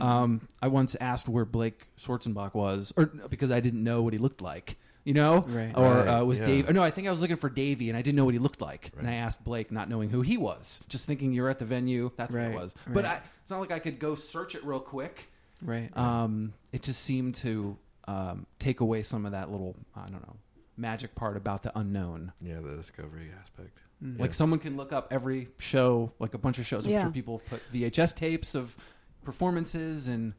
S2: um, I once asked where Blake Schwarzenbach was, or because I didn't know what he looked like. You know,
S4: Right.
S2: or uh, was
S5: yeah.
S2: Dave? Or no, I think I was looking for Davey, and I didn't know what he looked like. And I asked Blake, not knowing who he was, just thinking you're at the venue. That's what
S4: Right,
S2: it was. But
S4: right.
S2: I, it's not like I could go search it real quick.
S4: Right.
S2: Um, it just seemed to um, take away some of that little, I don't know, magic part about the unknown.
S5: yeah, the discovery aspect.
S2: Like someone can look up every show, like a bunch of shows. I'm
S6: Yeah.
S2: sure people have put VHS tapes of performances, and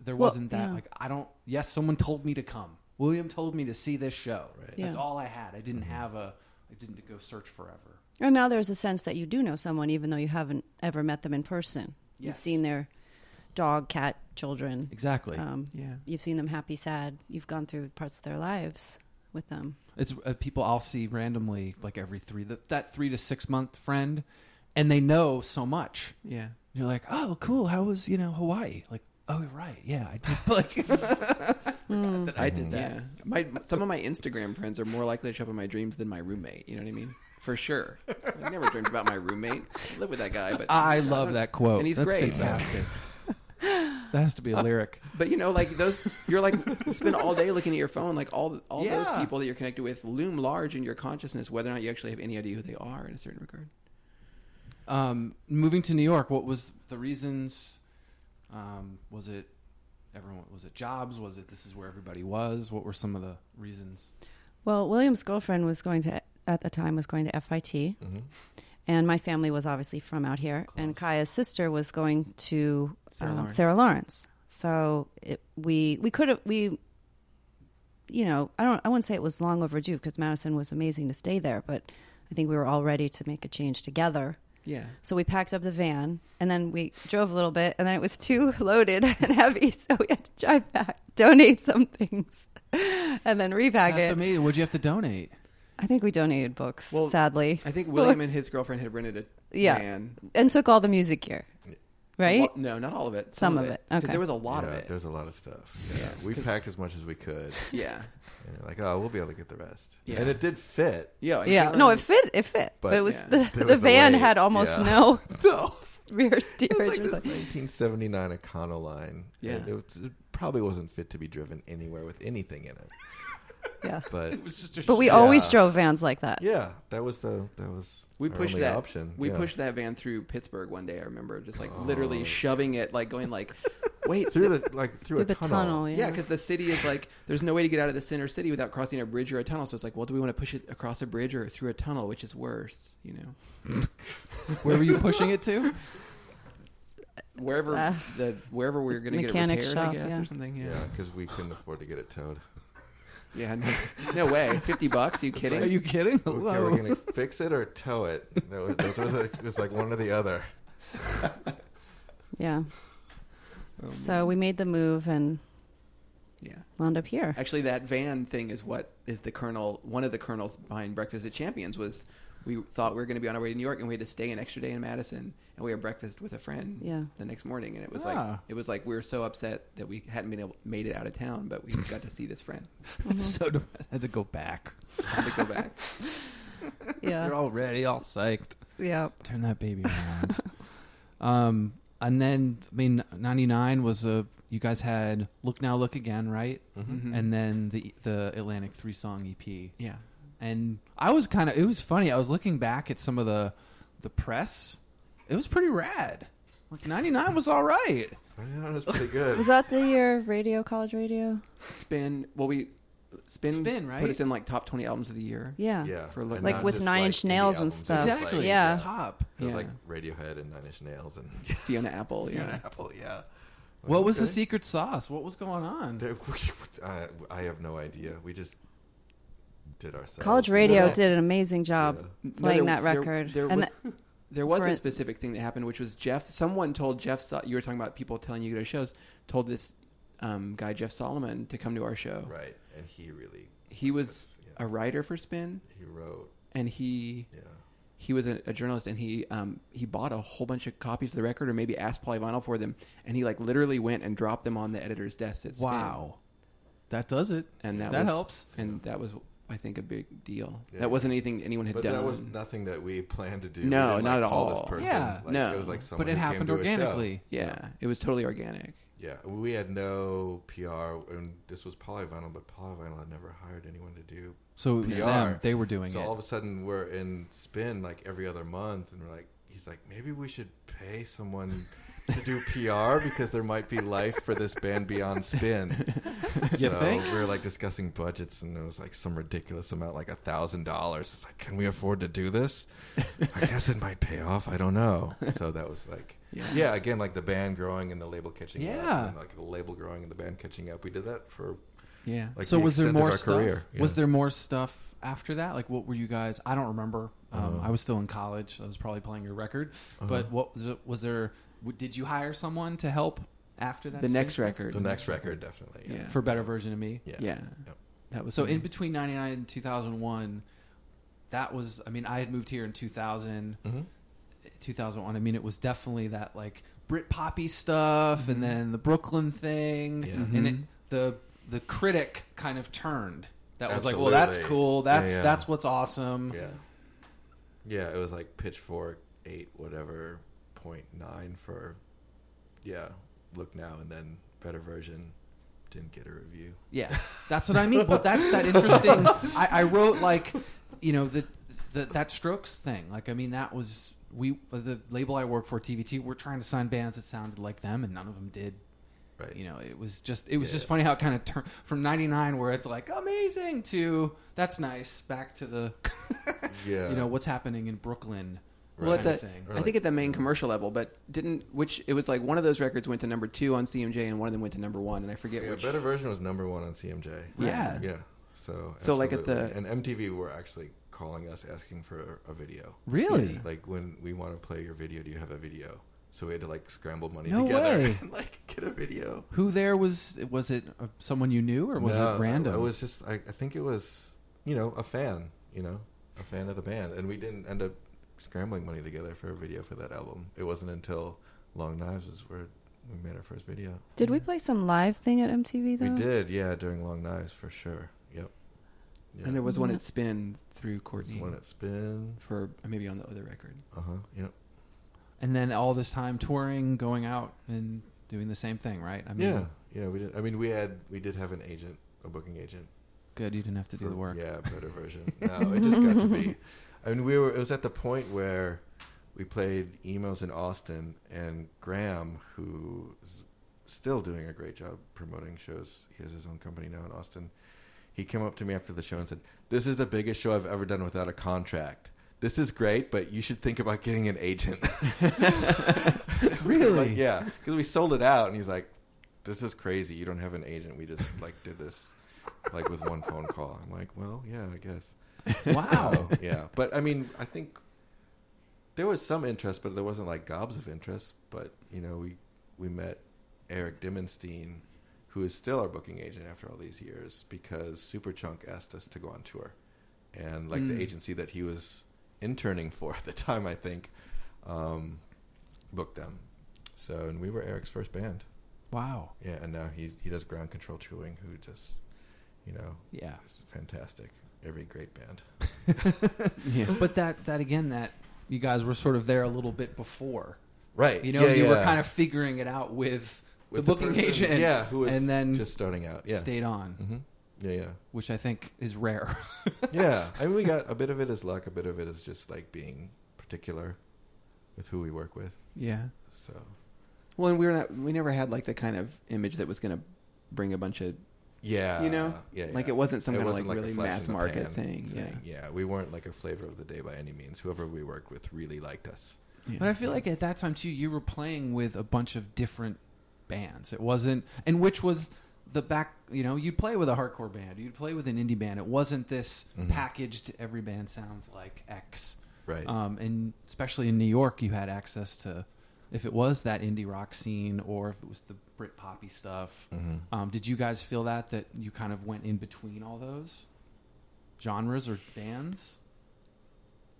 S2: there
S6: Well,
S2: wasn't that.
S6: yeah.
S2: Like I don't. Yes, someone told me to come. William told me to see this show. Right. That's
S6: Yeah.
S2: all I had. I didn't have a. I didn't go search forever.
S6: And now there's a sense that you do know someone, even though you haven't ever met them in person. You've
S2: Yes.
S6: seen their dog, cat, children.
S2: Exactly.
S6: Um,
S4: Yeah.
S6: You've seen them happy, sad. You've gone through parts of their lives with them.
S2: It's uh, people I'll see randomly, like every three that that three to six month friend, and they know so much.
S4: Yeah.
S2: You're like, oh, cool. How was you know Hawaii? Like, oh, you're right. Yeah, I did. Like,
S4: that I did that. Yeah. My some of my Instagram friends are more likely to show up in my dreams than my roommate. You know what I mean? For sure. I never dreamed about my roommate. I live with that guy, but
S6: Uh,
S2: I love that quote.
S4: And he's
S2: That's
S4: great.
S2: Fantastic. that has to be a lyric.
S4: But you know, like those, you're like spend all day looking at your phone. Like all all those
S2: Yeah.
S4: people that you're connected with loom large in your consciousness, whether or not you actually have any idea who they are in a certain regard.
S2: Um, moving to New York, what was the reasons? Um, was it everyone? Was it jobs? Was it this is where everybody was? What were some of the reasons?
S6: Well, William's girlfriend was going to, at the time, was going to FIT. And my family was obviously from out here. And Kaya's sister was going to Sarah, um, Lawrence. Sarah Lawrence. So it, we, we could have, we, you know, I don't, I wouldn't say it was long overdue because Madison was amazing to stay there, but I think we were all ready to make a change together.
S4: Yeah.
S6: So we packed up the van and then we drove a little bit and then it was too loaded and heavy. So we had to drive back, donate some things, and then repack
S2: That's
S6: it.
S2: amazing. What'd you have to donate?
S6: I think we donated books,
S4: Well,
S6: sadly.
S4: I think William and his girlfriend had rented a
S6: Yeah.
S4: van.
S6: and took all the music gear, right?
S4: Lo- No, not all of it.
S6: Some of it.
S4: 'Cause
S6: Okay.
S4: There was a lot
S5: yeah,
S4: of it.
S5: There's a lot of stuff. Yeah, we packed as much as we could.
S4: Yeah.
S5: And you're like, oh, we'll be able to get the rest.
S4: Yeah.
S5: And it did fit.
S4: Yeah.
S6: yeah, no, it fit. It fit, but,
S5: But
S6: it was
S4: yeah,
S6: the,
S5: there
S6: the
S5: was the
S6: van
S5: weight,
S6: had almost
S5: yeah.
S6: no
S5: No.
S6: rear
S5: It was
S6: steerage.
S5: like
S6: It was
S5: this
S6: like-
S5: 1979 Econoline.
S4: Yeah.
S5: And it was- probably wasn't fit to be driven anywhere with anything in it.
S6: Yeah.
S5: But
S6: But we always drove vans like that.
S5: yeah, that was the that was
S4: We
S5: our
S4: pushed
S5: only
S4: that
S5: option.
S4: We
S5: yeah.
S4: pushed that van through Pittsburgh one day. I remember just like literally shoving it, like going like, wait,
S5: through the like through,
S6: Through
S5: a
S6: the
S5: tunnel.
S6: tunnel,
S4: yeah, because the city is like there's no way to get out of the center city without crossing a bridge or a tunnel. So it's like, well, do we want to push it across a bridge or through a tunnel, which is worse, you know?
S3: Where were you pushing it to?
S4: Wherever
S6: Uh,
S4: the wherever we were going to get it
S6: mechanic
S4: repaired,
S6: shop,
S4: I guess,
S6: yeah.
S4: or something. Yeah,
S5: Yeah, because we couldn't afford to get it towed.
S4: yeah, no, no way, fifty bucks? Are you kidding?
S3: Are you kidding?
S5: Okay, we're gonna fix it or tow it. That was- Those were the, it's like one or the other.
S6: Yeah.
S5: Oh,
S6: so we made the move and
S4: yeah.
S6: wound up here.
S4: Actually, that van thing is what is the kernel. One of the kernels behind Breakfast at Champions was we thought we were going to be on our way to New York, and we had to stay an extra day in Madison, and we had breakfast with a friend.
S6: Yeah.
S4: The next morning, and it was like
S3: Ah.
S4: it was like we were so upset that we hadn't been able made it out of town, but we got to see this friend.
S3: That's so. dem- I had to go back.
S4: Had to go back.
S3: You're
S6: yeah.
S3: already all psyched.
S6: Yeah.
S3: Turn that baby around. um, and then I mean, '99 was a. You guys had "Look Now, Look Again," right? And then the the Atlantic three song
S2: E
S3: EP.
S4: yeah.
S3: And I was kind of. It was funny. I was looking back at some of the the press. It was pretty rad. Like '99 was all right.
S5: I mean, that was pretty good.
S6: Was that the year of radio, college radio?
S4: Spin. Well, we spin.
S3: Spin,
S4: Put
S3: right?
S4: us in like top twenty albums of the year.
S6: Yeah.
S5: yeah,
S4: For look-
S5: and
S4: Like
S5: not
S6: with
S5: just,
S6: Nine Inch
S5: indie
S6: Nails and
S5: albums, it
S6: stuff.
S5: was,
S3: Exactly.
S5: like,
S6: Yeah.
S3: Top.
S5: It was
S4: Yeah.
S5: like Radiohead and Nine Inch Nails and
S4: Fiona Apple. Yeah.
S5: Apple. Yeah.
S3: What was the
S5: Okay.
S3: secret sauce? What was going on?
S5: There- I, I have no idea. We just did ourselves.
S6: College radio
S4: Well,
S6: did an amazing job
S4: No,
S6: playing
S4: there-
S6: that
S4: there-
S6: record.
S4: There,
S6: and
S4: was,
S6: th-
S4: there was
S6: for
S4: a
S6: it-
S4: specific thing that happened, which was Jeff. Someone told Jeff. So- You were talking about people telling you to go to shows. Told this um, guy Jeff Solomon to come to our show.
S5: Right, and he really
S4: He was
S5: Yeah.
S4: a writer for Spin,
S5: he wrote.
S4: and he
S5: Yeah.
S4: he was a, a journalist, and he um, he bought a whole bunch of copies of the record, or maybe asked Polyvinyl for them, and he like literally went and dropped them on the editor's desk at Spin.
S3: Wow. That does it.
S4: and that,
S3: that
S4: was-
S3: helps.
S4: And that was, I think, a big deal.
S5: Yeah.
S4: That wasn't anything anyone had
S5: But
S4: done.
S5: that was nothing that we planned to do. We
S4: No,
S5: didn't,
S4: not
S5: like,
S4: at
S5: call
S4: all.
S5: This person.
S3: Yeah.
S5: like,
S4: No.
S5: It was like someone
S3: But it
S5: who came
S3: happened
S5: to a show.
S3: organically.
S4: yeah, it was totally organic.
S5: Yeah, we had no PR, and this was Polyvinyl, but Polyvinyl had never hired anyone to do
S3: So it was
S5: PR.
S3: them. They were doing
S5: so
S3: it.
S5: all of a sudden, we're in spin like every other month, and we're like, he's like, maybe we should pay someone to do PR because there might be life for this band beyond spin.
S3: You
S5: so
S3: think?
S5: we were like discussing budgets, and it was like some ridiculous amount, like a thousand dollars. It's like, can we afford to do this? I guess it might pay off. I don't know. So that was like. Yeah. again, like the band growing and the label catching up,
S3: Yeah.
S5: and like the label growing and the band catching up. We did that for
S4: Yeah.
S5: like
S3: so
S5: the
S3: was there
S5: extent of
S3: more
S5: our
S3: stuff?
S5: Career.
S3: Was
S5: Yeah.
S3: there more stuff after that? Like, what were you guys? I don't remember. Um,
S5: Uh-huh.
S3: I was still in college. I was probably playing your record. But what was, it, was there? w- Did you hire someone to help after that?
S4: the
S3: space
S4: next
S3: stuff?
S4: record.
S5: the next record? Definitely.
S4: Yeah.
S3: for better version of me.
S5: Yeah. Mm-hmm.
S4: Yeah.
S5: Yep.
S4: That was
S3: So in between '99 and 2001, that was. I mean, I had moved here in 2000,
S5: Mm-hmm.
S3: 2001. I mean, it was definitely that like Brit poppy stuff,
S5: Mm-hmm.
S3: and then the Brooklyn thing,
S5: Yeah.
S3: Mm-hmm. and it, the the critic kind of turned. That was like, well, that's
S5: Absolutely.
S3: cool.
S5: Yeah,
S3: That's
S5: yeah.
S3: that's what's awesome.
S5: Yeah. Yeah, it was like pitchfork eight whatever point nine for yeah, look now and then better version. Didn't get a review.
S3: Yeah, that's what I mean. But that's that interesting. I, I wrote like, you know, the, the that Strokes thing. Like, I mean, that was we the label I work for, TVT. We're trying to sign bands that sounded like them, and none of them did.
S5: Right.
S3: You know, it was just it was just
S5: Yeah.
S3: funny how it kind of turned from '99, where it's like amazing, to that's nice, back to the,
S5: Yeah.
S3: you know, what's happening in Brooklyn.
S4: well, at
S3: kind
S4: the,
S3: of thing.
S4: I think at the main commercial level, but didn't which it was like one of those records went to number two on CMJ and one of them went to number one, and I forget
S5: Yeah,
S4: which.
S5: better version was number one on CMJ.
S3: Yeah.
S5: Yeah. So
S4: So, like, at the-
S5: absolutely. and MTV were actually calling us asking for a, a video.
S3: Really?
S5: Like when we want to play your video, do you have a video? So we had to like scramble money
S3: No
S5: together
S3: way.
S5: and like get a video.
S3: Who there was was it uh, someone you knew or was
S5: No,
S3: it random?
S5: It was just I, I think it was you know a fan, you know, a fan of the band, and we didn't end up scrambling money together for a video for that album. It wasn't until Long Knives was where we made our first video.
S6: did we play some live thing at MTV though?
S5: We did, yeah, during Long Knives for sure. Yep. Yeah.
S4: And there was one at Spin through
S5: There's
S4: Courtney
S5: one at Spin.
S4: for maybe on the other record.
S5: Uh huh. Yep.
S3: and then all this time touring, going out and doing the same thing, right? I mean,
S5: Yeah, Yeah, we did. I mean, we had we did have an agent, a booking agent.
S4: Good, you didn't have to do
S5: for-
S4: the work.
S5: Yeah, better version. No, it just got to be. I mean, we were. It was at the point where we played emos in Austin, and Graham, who is still doing a great job promoting shows, he has his own company now in Austin. He came up to me after the show and said, "This is the biggest show I've ever done without a contract." This is great, but you should think about getting an agent.
S3: Really?
S5: Like, yeah, because we sold it out, and he's like, "This is crazy. You don't have an agent. We just like did this, like with one phone call." I'm like, "Well, yeah, I guess."
S3: Wow.
S5: So, yeah, but I mean, I think there was some interest, but there wasn't like gobs of interest. But you know, we we met Eric Dimenstein, who is still our booking agent after all these years, because Superchunk asked us to go on tour, and like
S3: Hmm.
S5: the agency that he was interning for at the time, I think, um, booked them. So, and we were Eric's first band.
S3: wow.
S5: Yeah, and now he he does ground control chewing, who just, you know,
S3: Yeah.
S5: is fantastic. Every great band.
S3: But that that again that you guys were sort of there a little bit before.
S5: Right.
S3: You know,
S5: yeah,
S3: you were
S5: yeah.
S3: kind of figuring it out with,
S5: With
S3: the booking
S5: person,
S3: agent.
S5: Yeah, who was
S3: and then
S5: just starting out. Yeah.
S3: stayed on,
S5: hmm Yeah, yeah.
S3: which I think is rare.
S5: Yeah. I mean, we got a bit of it is luck, a bit of it is just like being particular with who we work with.
S4: Yeah.
S5: So,
S4: Well, and we were not. We never had like the kind of image that was going to bring a bunch of.
S5: yeah.
S4: You know?
S5: Yeah.
S4: Like,
S5: yeah.
S4: it wasn't some kind of,
S5: wasn't
S4: like,
S5: a
S4: really
S5: flash in
S4: mass
S5: the
S4: market
S5: pan
S4: thing,
S5: Yeah. We weren't like a flavor of the day by any means. Whoever we worked with really liked us.
S3: But I feel like at that time too, you were playing with a bunch of different bands. It wasn't, and which was the back. You know, you'd play with a hardcore band, you'd play with an indie band. It wasn't this packaged. Every band sounds like X,
S5: Mm-hmm. Right.
S3: Um, and especially in New York, you had access to. If it was that indie rock scene, or if it was the Brit poppy stuff,
S5: Mm-hmm.
S3: um, did you guys feel that that you kind of went in between all those genres or bands?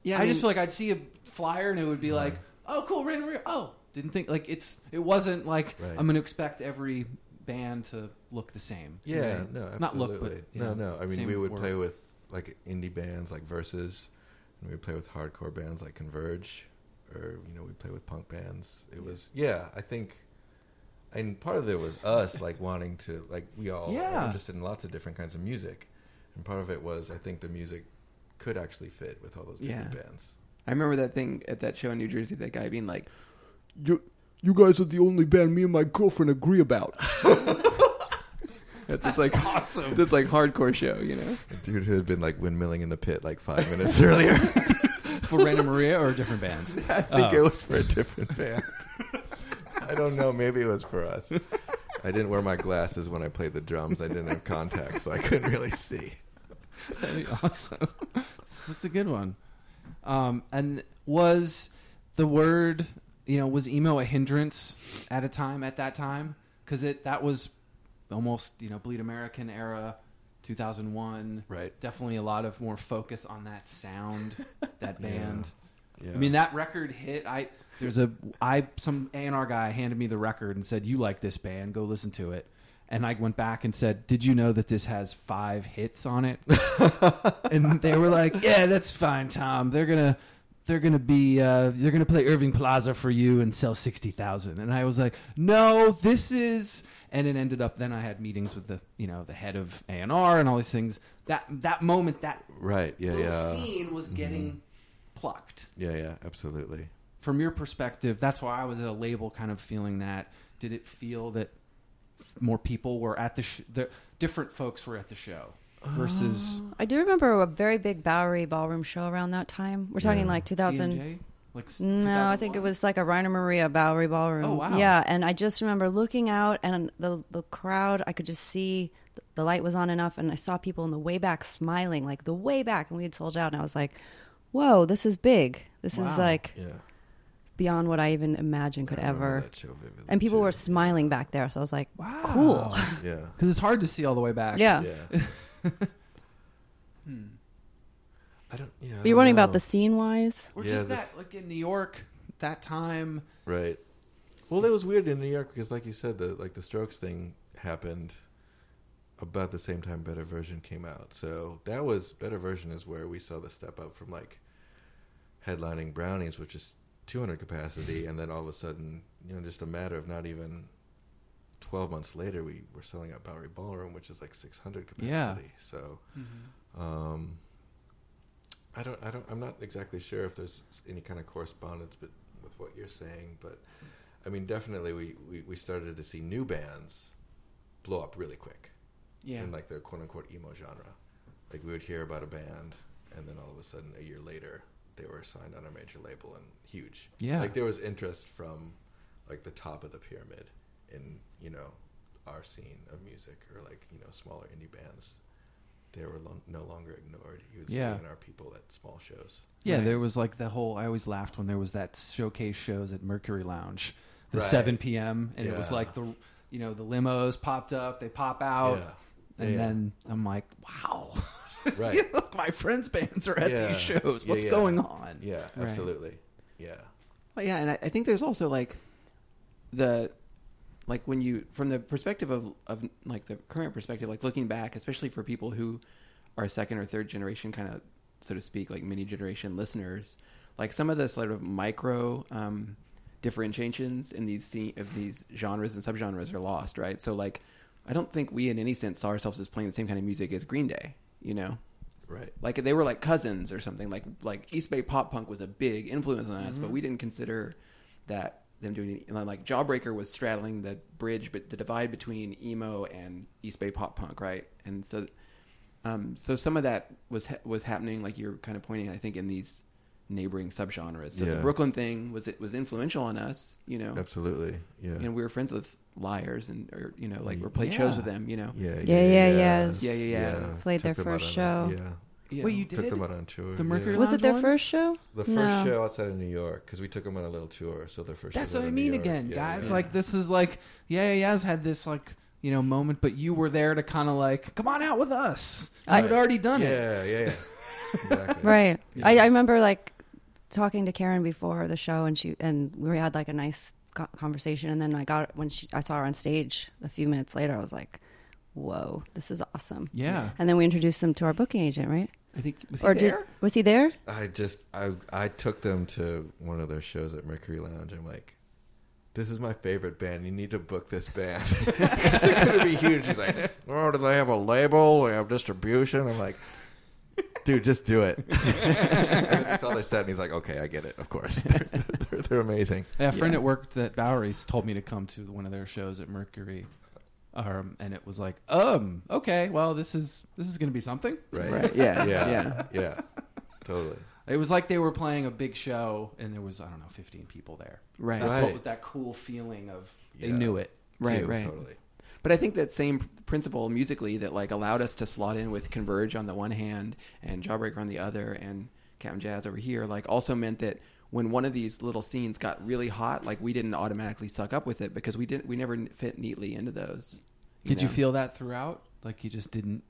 S4: Yeah.
S3: I,
S4: mean,
S3: just feel like I'd see a flyer and it would be like, "Oh, cool, Rain Maria. Oh, didn't think like it's it wasn't like
S5: Right.
S3: I'm going to expect every band to look the same."
S5: Yeah,
S3: Right?
S5: no, absolutely.
S3: not look, but you
S5: no,
S3: know,
S5: no. I mean,
S3: same
S5: we would
S3: word.
S5: play with like indie bands like Versus, and we would play with hardcore bands like Converge, or you know, we play with punk bands. It was yeah, I think, and part of it was us like wanting to like we all were
S3: Yeah.
S5: interested in lots of different kinds of music, and part of it was I think the music could actually fit with all those different
S4: Yeah.
S5: bands.
S4: I remember that thing at that show in New Jersey. That guy being like, "You, you guys are the only band me and my girlfriend agree about." That's like awesome. This like hardcore show, you know.
S5: A dude who had been like windmilling in the pit like five minutes earlier.
S3: for Raina Maria or a different band.
S5: I think it was for a different band. I don't know. Maybe it was for us. I didn't wear my glasses when I played the drums. I didn't have contacts, so I couldn't really see.
S3: That'd be awesome. That's a good one. Um, and was the word, you know, was emo a hindrance at a time at that time? Because it that was almost you know bleed American era, two thousand one.
S5: Right.
S3: Definitely a lot of more focus on that sound, that
S5: Yeah.
S3: band.
S5: Yeah.
S3: I mean that record hit. I there's a I some A and R guy handed me the record and said, "You like this band? Go listen to it." And I went back and said, "Did you know that this has five hits on it?" and they were like, "Yeah, that's fine, Tom. They're gonna." They're gonna be, uh, they're gonna play Irving Plaza for you and sell sixty thousand. And I was like, no, this is. And it ended up. Then I had meetings with the, you know, the head of A and R and all these things. That that moment, that
S5: Right. Yeah.
S3: little
S5: Yeah.
S3: scene was getting plucked
S5: Yeah. Yeah. Absolutely.
S3: from your perspective, that's why I was at a label kind of feeling that. Did it feel that f- more people were at the, sh- the different folks were at the show versus
S6: I do remember a very big Bowery ballroom show around that time. We're talking like 2000.
S3: C&J? Like s-
S6: No, I think it
S3: 2001?
S6: was like a Rainer Maria Bowery ballroom.
S3: Oh, wow.
S6: Yeah, and I just remember looking out and the the crowd. I could just see th- the light was on enough, and I saw people in the way back smiling, like the way back, and we had sold out. And I was like, "Whoa, this is big. This
S3: Wow.
S6: is like
S5: Yeah.
S6: beyond what I even imagined could
S5: I remember
S6: ever."
S5: that show vividly,
S6: And people
S5: too.
S6: were smiling back there, so I was like,
S3: Wow.
S6: "Cool,
S5: Yeah.
S3: Because it's hard to see all the way back.
S6: yeah."
S5: Yeah. I don't. Yeah. I
S6: Hmm. But you're
S5: don't
S6: wondering about
S5: know.
S6: the scene wise.
S3: Or
S5: Yeah,
S3: just
S5: this-
S3: that, like in New York, that time.
S5: Right. Well, that was weird in New York because, like you said, the like the Strokes thing happened about the same time Better Version came out. So that was Better Version is where we saw the step up from like headlining Brownies, which is 200 capacity, and then all of a sudden, you know, just a matter of not even 12 months later, we were selling out Bowery Ballroom, which is like 600 capacity.
S3: Yeah.
S5: So, um, I don't, I don't, I'm not exactly sure if there's any kind of correspondence but with what you're saying, but I mean, definitely we, we, we started to see new bands blow up really quick
S4: Yeah.
S5: in like the quote unquote emo genre. Like we would hear about a band, and then all of a sudden, a year later, they were signed on a major label and huge.
S3: Yeah.
S5: like there was interest from like the top of the pyramid in you know our scene of music or like you know smaller indie bands. They were lo- no longer ignored. You would see
S3: Yeah.
S5: it in our people at small shows.
S3: Yeah,
S4: Right.
S3: there was like the whole. I always laughed when there was that showcase shows at Mercury Lounge, the
S5: Right.
S3: 7 p.m. and it was
S5: Yeah.
S3: like the you know the limos popped up, they pop out,
S5: Yeah.
S3: and
S5: Yeah.
S3: then I'm like, wow,
S5: Right.
S3: look, my friends' bands are at
S5: Yeah.
S3: these shows.
S5: Yeah,
S3: What's
S5: yeah.
S3: going on?
S5: Yeah,
S4: Right.
S5: absolutely. Yeah.
S4: Well, yeah, and I, I think there's also like the like when you from the perspective of of like the current perspective, like looking back, especially for people who are second or third generation, kind of so to speak, like mini generation listeners, like some of the sort of micro um, differentiations in these scene of these genres and subgenres are lost, right? So like, I don't think we in any sense saw ourselves as playing the same kind of music as Green Day, you know
S5: Right.
S4: like they were like cousins or something like like east bay pop punk was a big influence on us but
S5: Mm-hmm.
S4: we didn't consider that them doing any, and then, like jawbreaker was straddling the bridge but the divide between emo and east bay pop punk right and so um so some of that was ha- was happening like you're kind of pointing i think in these neighboring subgenres so the
S5: Yeah.
S4: brooklyn thing was it was influential on us you know
S5: Absolutely. Yeah.
S4: and we were friends with liars and or you know like we played shows with them you know
S5: yeah,
S7: Yeah, yeah, yes.
S4: Yeah, yeah, yeah.
S7: Played their
S5: them out
S7: first
S5: on a-
S7: show.
S5: yeah.
S4: Yeah.
S3: Wait, you
S5: Took
S3: did?
S5: them out on tour.
S3: The
S5: yeah.
S3: Mercury
S7: Was
S3: Lounge
S7: it their
S3: one?
S7: first show?
S5: The first
S7: no.
S5: show outside of New York because we took them on a little tour, so their first.
S3: That's
S5: show
S3: what I
S5: was out in New
S3: mean
S5: York.
S3: again,
S5: Yeah,
S3: guys.
S5: yeah.
S3: Like this is like yeah, yeah, yeah's had this like you know moment, but you were there to kind of like come on out with us. I had already done it.
S5: yeah, yeah, yeah, exactly.
S7: Right. I, I remember like talking to Karen before the show, and she and we had like a nice co- conversation. And then I got when she I saw her on stage a few minutes later. I was like, "Whoa, this is awesome!"
S3: Yeah.
S7: And then we introduced them to our booking agent, right?
S4: i think was he
S7: or
S4: there?
S7: did was he there?
S5: I just I I took them to one of their shows at Mercury Lounge. I'm like, this is my favorite band. You need to book this band. 'Cause They're gonna be huge. He's like, oh, do they have a label? They have distribution. I'm like. Dude, just do it. and I saw their set, and he's like, "Okay, I get it. Of course, they're, they're, they're amazing."
S3: Yeah, a friend at work that Bowery's told me to come to one of their shows at Mercury, um, and it was like, um, okay, well, this is this is going to be something.
S5: Right?
S4: right yeah
S5: Yeah,
S4: yeah
S5: yeah, totally.
S3: It was like they were playing a big show, and there was I don't know, fifteen people there.
S4: Right.
S3: That's
S5: Right.
S3: What, with that cool feeling of they
S5: Yeah.
S3: knew it.
S4: Right,
S3: too.
S4: right.
S5: Totally.
S4: But I think that same pr- principle musically that like allowed us to slot in with Converge on the one hand and Jawbreaker on the other and Captain Jazz over here, like also meant that when one of these little scenes got really hot, like we didn't automatically suck up with it because we didn't we never n- fit neatly into those.
S3: Did you
S4: know?
S3: feel that throughout? Like you just didn't.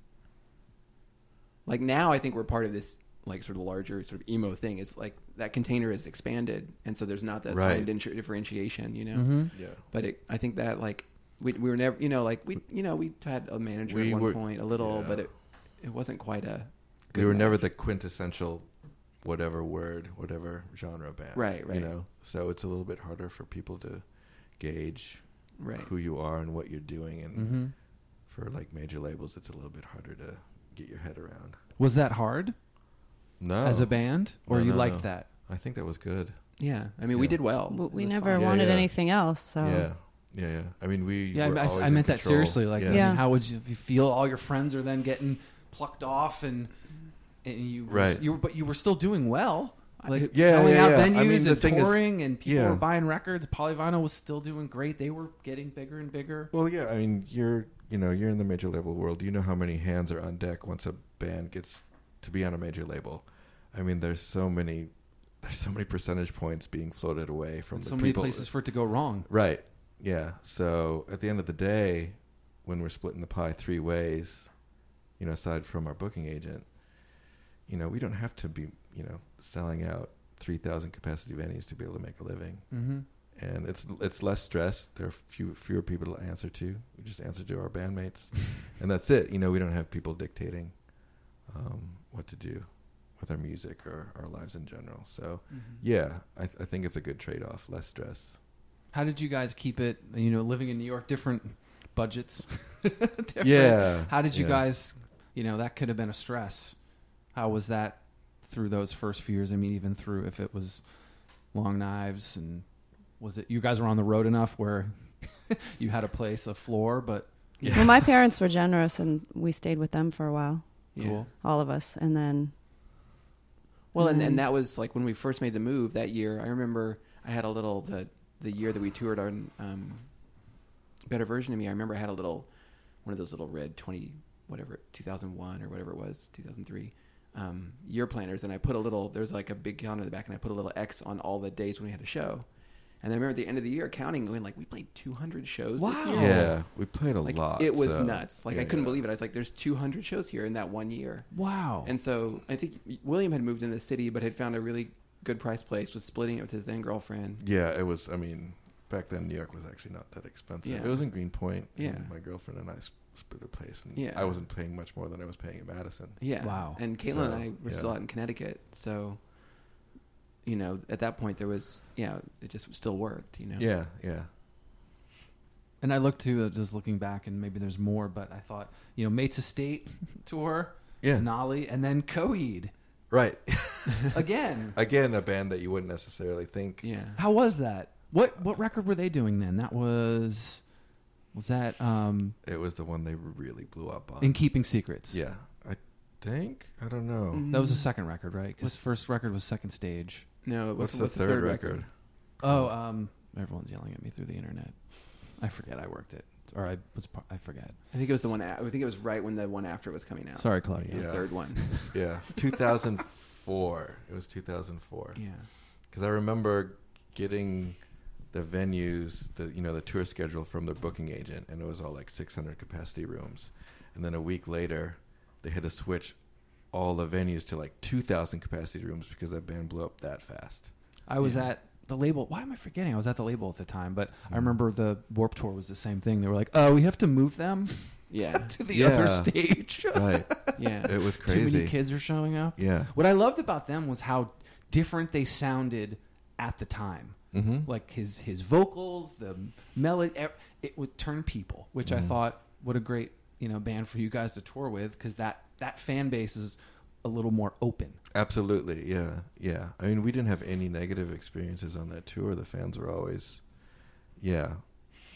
S4: like now I think we're part of this like sort of larger sort of emo thing. It's like that container is expanded and so there's not that fine
S5: Right.
S4: differ- differentiation, you know.
S5: Yeah.
S4: But it, I think that like we, we were never, you know, like we, you know, we had a manager
S5: We
S4: at one
S5: were-
S4: point a little,
S5: yeah.
S4: but it, it wasn't quite a.
S5: we were
S4: match.
S5: never the quintessential whatever word whatever genre band
S4: Right, right.
S5: you know so it's a little bit harder for people to gauge
S4: Right.
S5: who you are and what you're doing and
S4: Mm-hmm.
S5: for like major labels it's a little bit harder to get your head around
S3: Was that hard
S5: no
S3: as a band, or
S5: Oh. No,
S3: you
S5: no,
S3: liked
S5: no.
S3: that?
S5: i think that was good
S4: Yeah, I mean, we
S5: Yeah.
S4: did well.
S7: W- We
S4: It was
S7: never
S4: fine.
S5: Yeah,
S7: wanted
S5: yeah.
S7: anything else. So
S4: Oh.
S5: yeah yeah yeah i mean we
S3: Yeah,
S5: were
S3: I,
S5: always
S3: I, I
S5: in
S3: meant that
S5: control.
S3: seriously. Like, I
S7: Yeah.
S3: mean, how would you, if you feel? All your friends are then getting plucked off, and and you,
S5: Right.
S3: you, were- but you were still doing well, like
S5: Yeah,
S3: selling
S5: yeah,
S3: out
S5: yeah. I
S3: venues
S5: mean, the
S3: and
S5: thing is-
S3: touring, and people
S5: yeah.
S3: were buying records. Polyvinyl was still doing great. They were getting bigger and bigger.
S5: Well, yeah, I mean, you're you know you're in the major label world. You know how many hands are on deck once a band gets to be on a major label. I mean, there's so many there's so many percentage points being floated away from
S3: And
S5: the
S3: so many
S5: people.
S3: places for it to go wrong.
S5: right? Yeah. So at the end of the day, when we're splitting the pie three ways, you know, aside from our booking agent, you know, we don't have to be you know selling out three thousand capacity venues to be able to make a living
S3: Mm-hmm.
S5: and it's it's less stress. There are few, fewer people to answer to. We just answer to our bandmates, and that's it. You know, we don't have people dictating um, what to do with our music or our lives in general. So, yeah, I, I think it's a good trade off. Less stress.
S3: How did you guys keep it? You know, living in New York, different budgets. different.
S5: Yeah,
S3: How did you
S5: yeah.
S3: guys? You know, that could have been a stress. How was that through those first few years? I mean, even through if it was long knives and was it you guys were on the road enough where you had a place, a floor, but
S7: Well, my parents were generous, and we stayed with them for a while,
S4: Yeah.
S3: cool.
S7: all of us, and then
S4: Well, and,
S7: Mhm.
S4: and that was like when we first made the move that year. I remember I had a little the the year that we toured on um, Better Version of Me. I remember I had a little one of those little red twenty whatever two thousand one or whatever it was two thousand three um, year planners, and I put a little there was like a big calendar in the back, and I put a little X on all the days when we had a show. And I remember at the end of the year counting, going like we played two hundred shows. Wow. This year.
S5: yeah. We played a
S4: Like,
S5: lot.
S4: it was
S5: so-
S4: nuts. Like I
S5: yeah,
S4: couldn't
S5: yeah.
S4: believe it. I was like, "There's 200 shows here in that one year."
S3: Wow.
S4: And so I think William had moved in the city, but had found a really good price place. Was splitting it with his then girlfriend.
S5: Yeah, it was. I mean, back then New York was actually not that expensive.
S4: Yeah.
S5: It was in Greenpoint. and
S4: Yeah.
S5: my girlfriend and I s- split a place, and
S4: Yeah.
S5: I wasn't paying much more than I was paying in Madison.
S4: Yeah.
S3: Wow.
S4: And Caitlin and I
S5: So,
S4: were
S5: yeah.
S4: still out in Connecticut, so you know, at that point there was yeah, it just still worked. You know.
S5: Yeah, yeah.
S3: And I looked too, uh, just looking back, and maybe there's more, but I thought, you know, Mates Estate tour,
S5: Yeah.
S3: Nolly, and then Coheed
S5: Right.
S3: again.
S5: Again, a band that you wouldn't necessarily think.
S4: Yeah.
S3: How was that? What what record were they doing then? That was was that um,
S5: It was the one they really blew up on.
S3: in Keeping Secrets?
S5: yeah, I think. I don't know.
S4: Mm-hmm.
S3: that was the second record, right? Because first record Mm. was Second Stage.
S4: No. It was,
S5: What's, the, third record?
S3: Oh, um, everyone's yelling at me through the internet. I forget I worked it, or I was par- I forget.
S4: I think it was the one. a- I think it was right when the one after was coming out.
S3: Sorry, Claudia.
S4: The
S5: Yeah.
S4: third one.
S5: Yeah, 2004. it was 2004.
S4: yeah.
S5: because I remember getting the venues, the you know the tour schedule from their booking agent, and it was all like 600 capacity rooms, and then a week later, they had to switch all the venues to like 2,000 capacity rooms because that band blew up that fast.
S3: I was at the label. Why am I forgetting? I was at the label at the time, but I remember the Warp Tour was the same thing. They were like, "Oh, we have to move them
S4: Yeah.
S3: to the
S5: Yeah.
S3: other stage."
S5: Right,
S4: Yeah.
S5: it was
S3: Too
S5: crazy.
S3: many kids are showing up.
S5: Yeah.
S3: What I loved about them was how different they sounded at the time. Mm-hmm. Like his his vocals, the melody, e- it would turn people, which
S5: Mm-hmm.
S3: I thought what a great you know band for you guys to tour with because that that fan base is a little more open.
S5: Absolutely, yeah, yeah. I mean, we didn't have any negative experiences on that tour. The fans were always, yeah,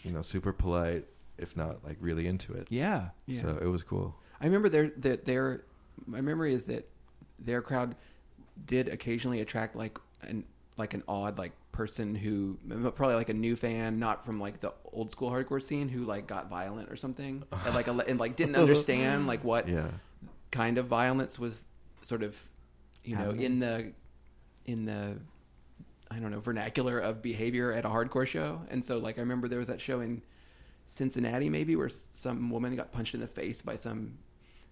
S5: you know, super polite, if not like really into it.
S3: Yeah.
S4: Yeah.
S5: So it was cool.
S4: I remember their that their my memory is that their crowd did occasionally attract like an like an odd like person who probably like a new fan not from like the old school hardcore scene who like got violent or something and like ele- and like didn't understand like what
S5: Yeah.
S4: kind of violence was sort of you know
S3: Happening.
S4: in the in the I don't know vernacular of behavior at a hardcore show, and so like I remember there was that show in Cincinnati maybe where s- some woman got punched in the face by some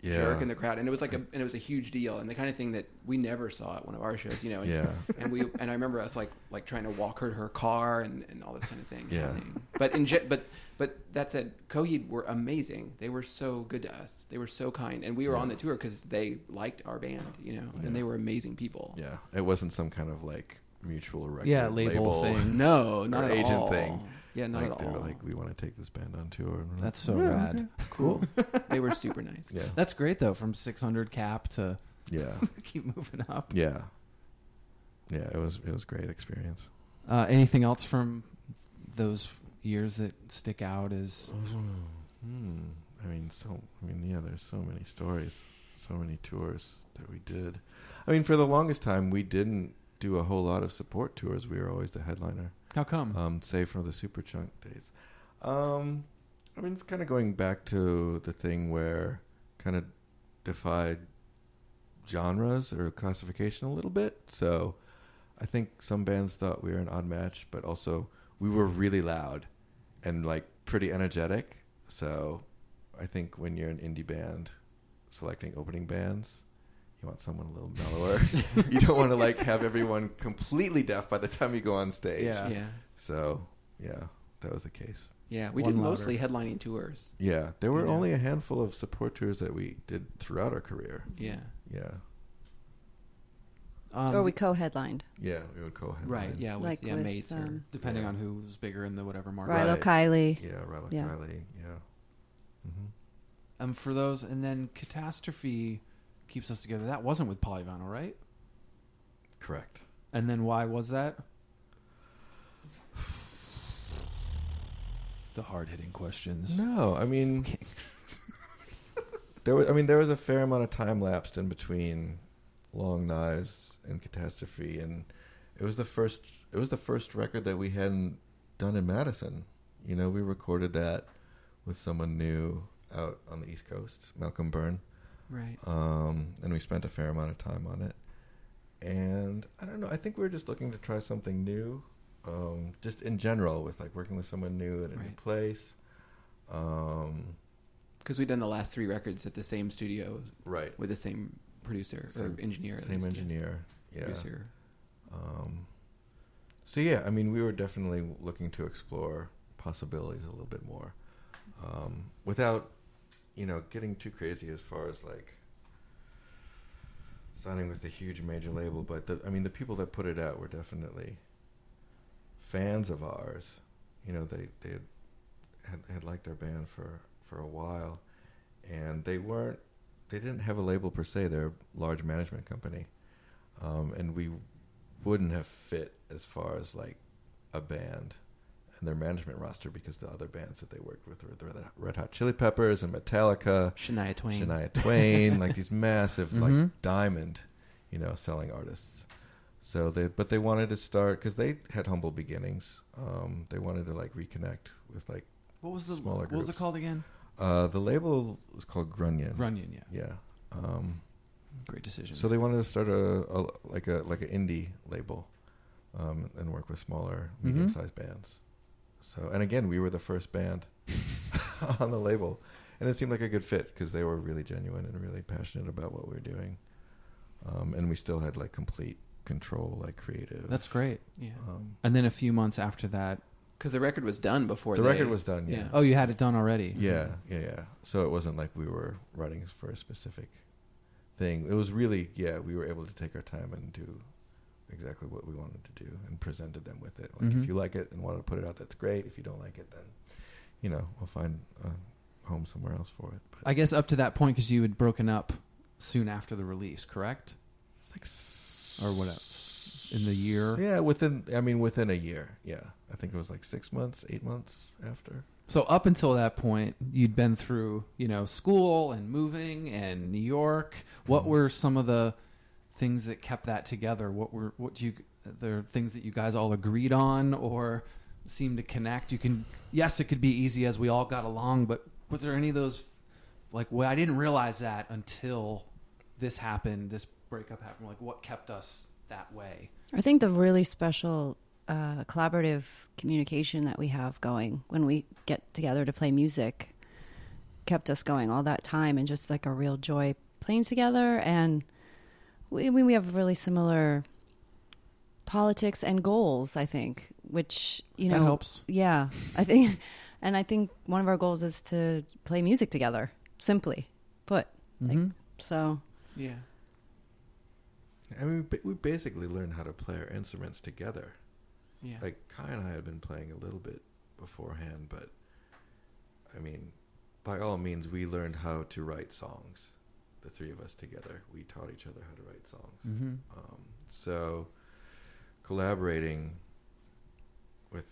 S5: Yeah.
S4: jerk in the crowd, and it was like a and it was a huge deal and the kind of thing that we never saw at one of our shows, you know. And,
S5: Yeah.
S4: And we and I remember us like like trying to walk her to her car and, and all this kind of thing.
S5: Yeah.
S4: happening. But in ge- but but that said, Coheed were amazing. They were so good to us. They were so kind, and we were on the tour because they liked our band, you know, and they were amazing people.
S5: Yeah, it wasn't some kind of like mutual record
S3: Yeah, label thing.
S4: No, not
S5: or
S4: at
S5: agent
S4: all.
S5: thing.
S4: Yeah, not
S5: like,
S4: at
S5: they were
S4: all.
S5: like, we want to take this band on tour. And we're
S3: That's so
S5: like,
S3: rad.
S4: cool. they were super nice.
S5: Yeah,
S3: That's great though. From 600 cap to
S5: yeah,
S3: keep moving up.
S5: yeah, yeah. It was it was a great experience.
S3: Uh, anything else from those years that stick out as
S5: Hmm. I mean, so I mean, yeah. There's so many stories, so many tours that we did. I mean, for the longest time, we didn't do a whole lot of support tours. We were always the headliner.
S3: how come?
S5: um, save from the super chunk days. Um, I mean, it's kind of going back to the thing where kind of defied genres or classification a little bit. So I think some bands thought we were an odd match, but also we were really loud and like pretty energetic. So I think when you're an indie band selecting opening bands, you want someone a little mellower. you don't want to like have everyone completely deaf by the time you go on stage.
S3: Yeah.
S4: Yeah.
S5: So yeah, that was the case.
S4: Yeah, we
S3: One
S4: did
S3: louder.
S4: mostly headlining tours.
S5: Yeah, there were
S4: Yeah.
S5: only a handful of support tours that we did throughout our career.
S4: Yeah.
S5: Yeah,
S3: Um,
S6: Oh,
S7: or we co-headlined.
S5: yeah, we would call him
S4: Right. Yeah. With,
S7: Like
S4: yeah,
S7: with,
S4: mates or
S7: um,
S3: depending
S5: Yeah.
S3: on who's bigger in the whatever market.
S7: Rilo Kiley.
S5: yeah, Riley
S7: Yeah.
S5: Riley. Yeah,
S3: um, for those. And then Catastrophe keeps us together. That wasn't with Polyvinyl, right?
S5: Correct.
S3: And then why was that? The hard hitting questions.
S5: No, I mean, there was. I mean, there was a fair amount of time lapsed in between Long Knives and Catastrophe, and it was the first. It was the first record that we hadn't done in Madison. You know, we recorded that with someone new out on the East Coast, Malcolm Byrne,
S4: Right.
S5: um, and we spent a fair amount of time on it. And I don't know. I think we were just looking to try something new, um, just in general, with like working with someone new at a new
S4: Right.
S5: place. Um,
S4: Because we'd done the last three records at the same studio
S5: right.
S4: with the same producer
S5: Same-
S4: or engineer. at
S5: Same
S4: least, yeah.
S5: engineer. Yeah.
S4: Producer.
S5: Um, so yeah, I mean, we were definitely looking to explore possibilities a little bit more, um, without, you know, getting too crazy as far as like signing with a huge major label. But the, I mean, the people that put it out were definitely fans of ours. You know, they they had had, had liked our band for for a while, and they weren't. They didn't have a label per se. They're a large management company, um, and we wouldn't have fit as far as like a band and their management roster because the other bands that they worked with were the Red- Red Hot Chili Peppers and Metallica,
S4: Shania Twain. Mm-hmm.
S5: Shania Twain, like these massive like diamond, you know, selling artists. So they, but they wanted to start because they had humble beginnings. Um, they wanted to like reconnect with like
S3: What was the
S5: Smaller
S3: what was it
S5: groups.
S3: called again?
S5: uh, the label was called Grunion.
S3: Runyon, yeah.
S5: Yeah. Um,
S3: Great decision.
S5: so they wanted to start a, a like a like an indie label, um, and work with smaller,
S3: Mm-hmm.
S5: medium sized bands. So and again, we were the first band on the label, and it seemed like a good fit because they were really genuine and really passionate about what we were doing, um, and we still had like complete control, like creative.
S3: That's great.
S4: Yeah.
S5: um,
S3: And then a few months after that,
S4: Because the record was done before
S5: the
S4: they-
S5: record was done. Yeah.
S4: yeah.
S3: oh, you had it done already.
S5: Yeah,
S3: Mm-hmm.
S5: yeah, yeah. So it wasn't like we were writing for a specific thing. It was really, yeah, we were able to take our time and do exactly what we wanted to do and presented them with it. Like,
S3: Mhm.
S5: if you like it and want to put it out, that's great. If you don't like it, then, you know, we'll find a home somewhere else for it. But
S3: I guess up to that point, because you had broken up soon after the release, correct?
S5: it's like, s-
S3: Or what uh, In the year.
S5: Yeah, within, I mean, within a year. Yeah. I think it was like six months, eight months after.
S3: So up until that point, you'd been through, you know, school and moving and New York. What were some of the things that kept that together? What were what do you there are things that you guys all agreed on or seemed to connect? You can yes, it could be easy as we all got along, but was there any of those like well, I didn't realize that until this happened, this breakup happened. Like what kept us that way?
S7: I think the really special uh, collaborative communication that we have going when we get together to play music kept us going all that time and just like a real joy playing together. And we, we we have really similar politics and goals, I think, which, you
S3: That
S7: know,
S3: helps.
S7: Yeah. I think, and I think one of our goals is to play music together, simply put.
S3: Mm-hmm.
S7: Like, so
S4: Yeah.
S5: I mean, ba- we basically learned how to play our instruments together.
S4: Yeah.
S5: like Kai and I had been playing a little bit beforehand, but I mean, by all means, we learned how to write songs. The three of us together, we taught each other how to write songs.
S4: Mm-hmm.
S5: Um, so, collaborating with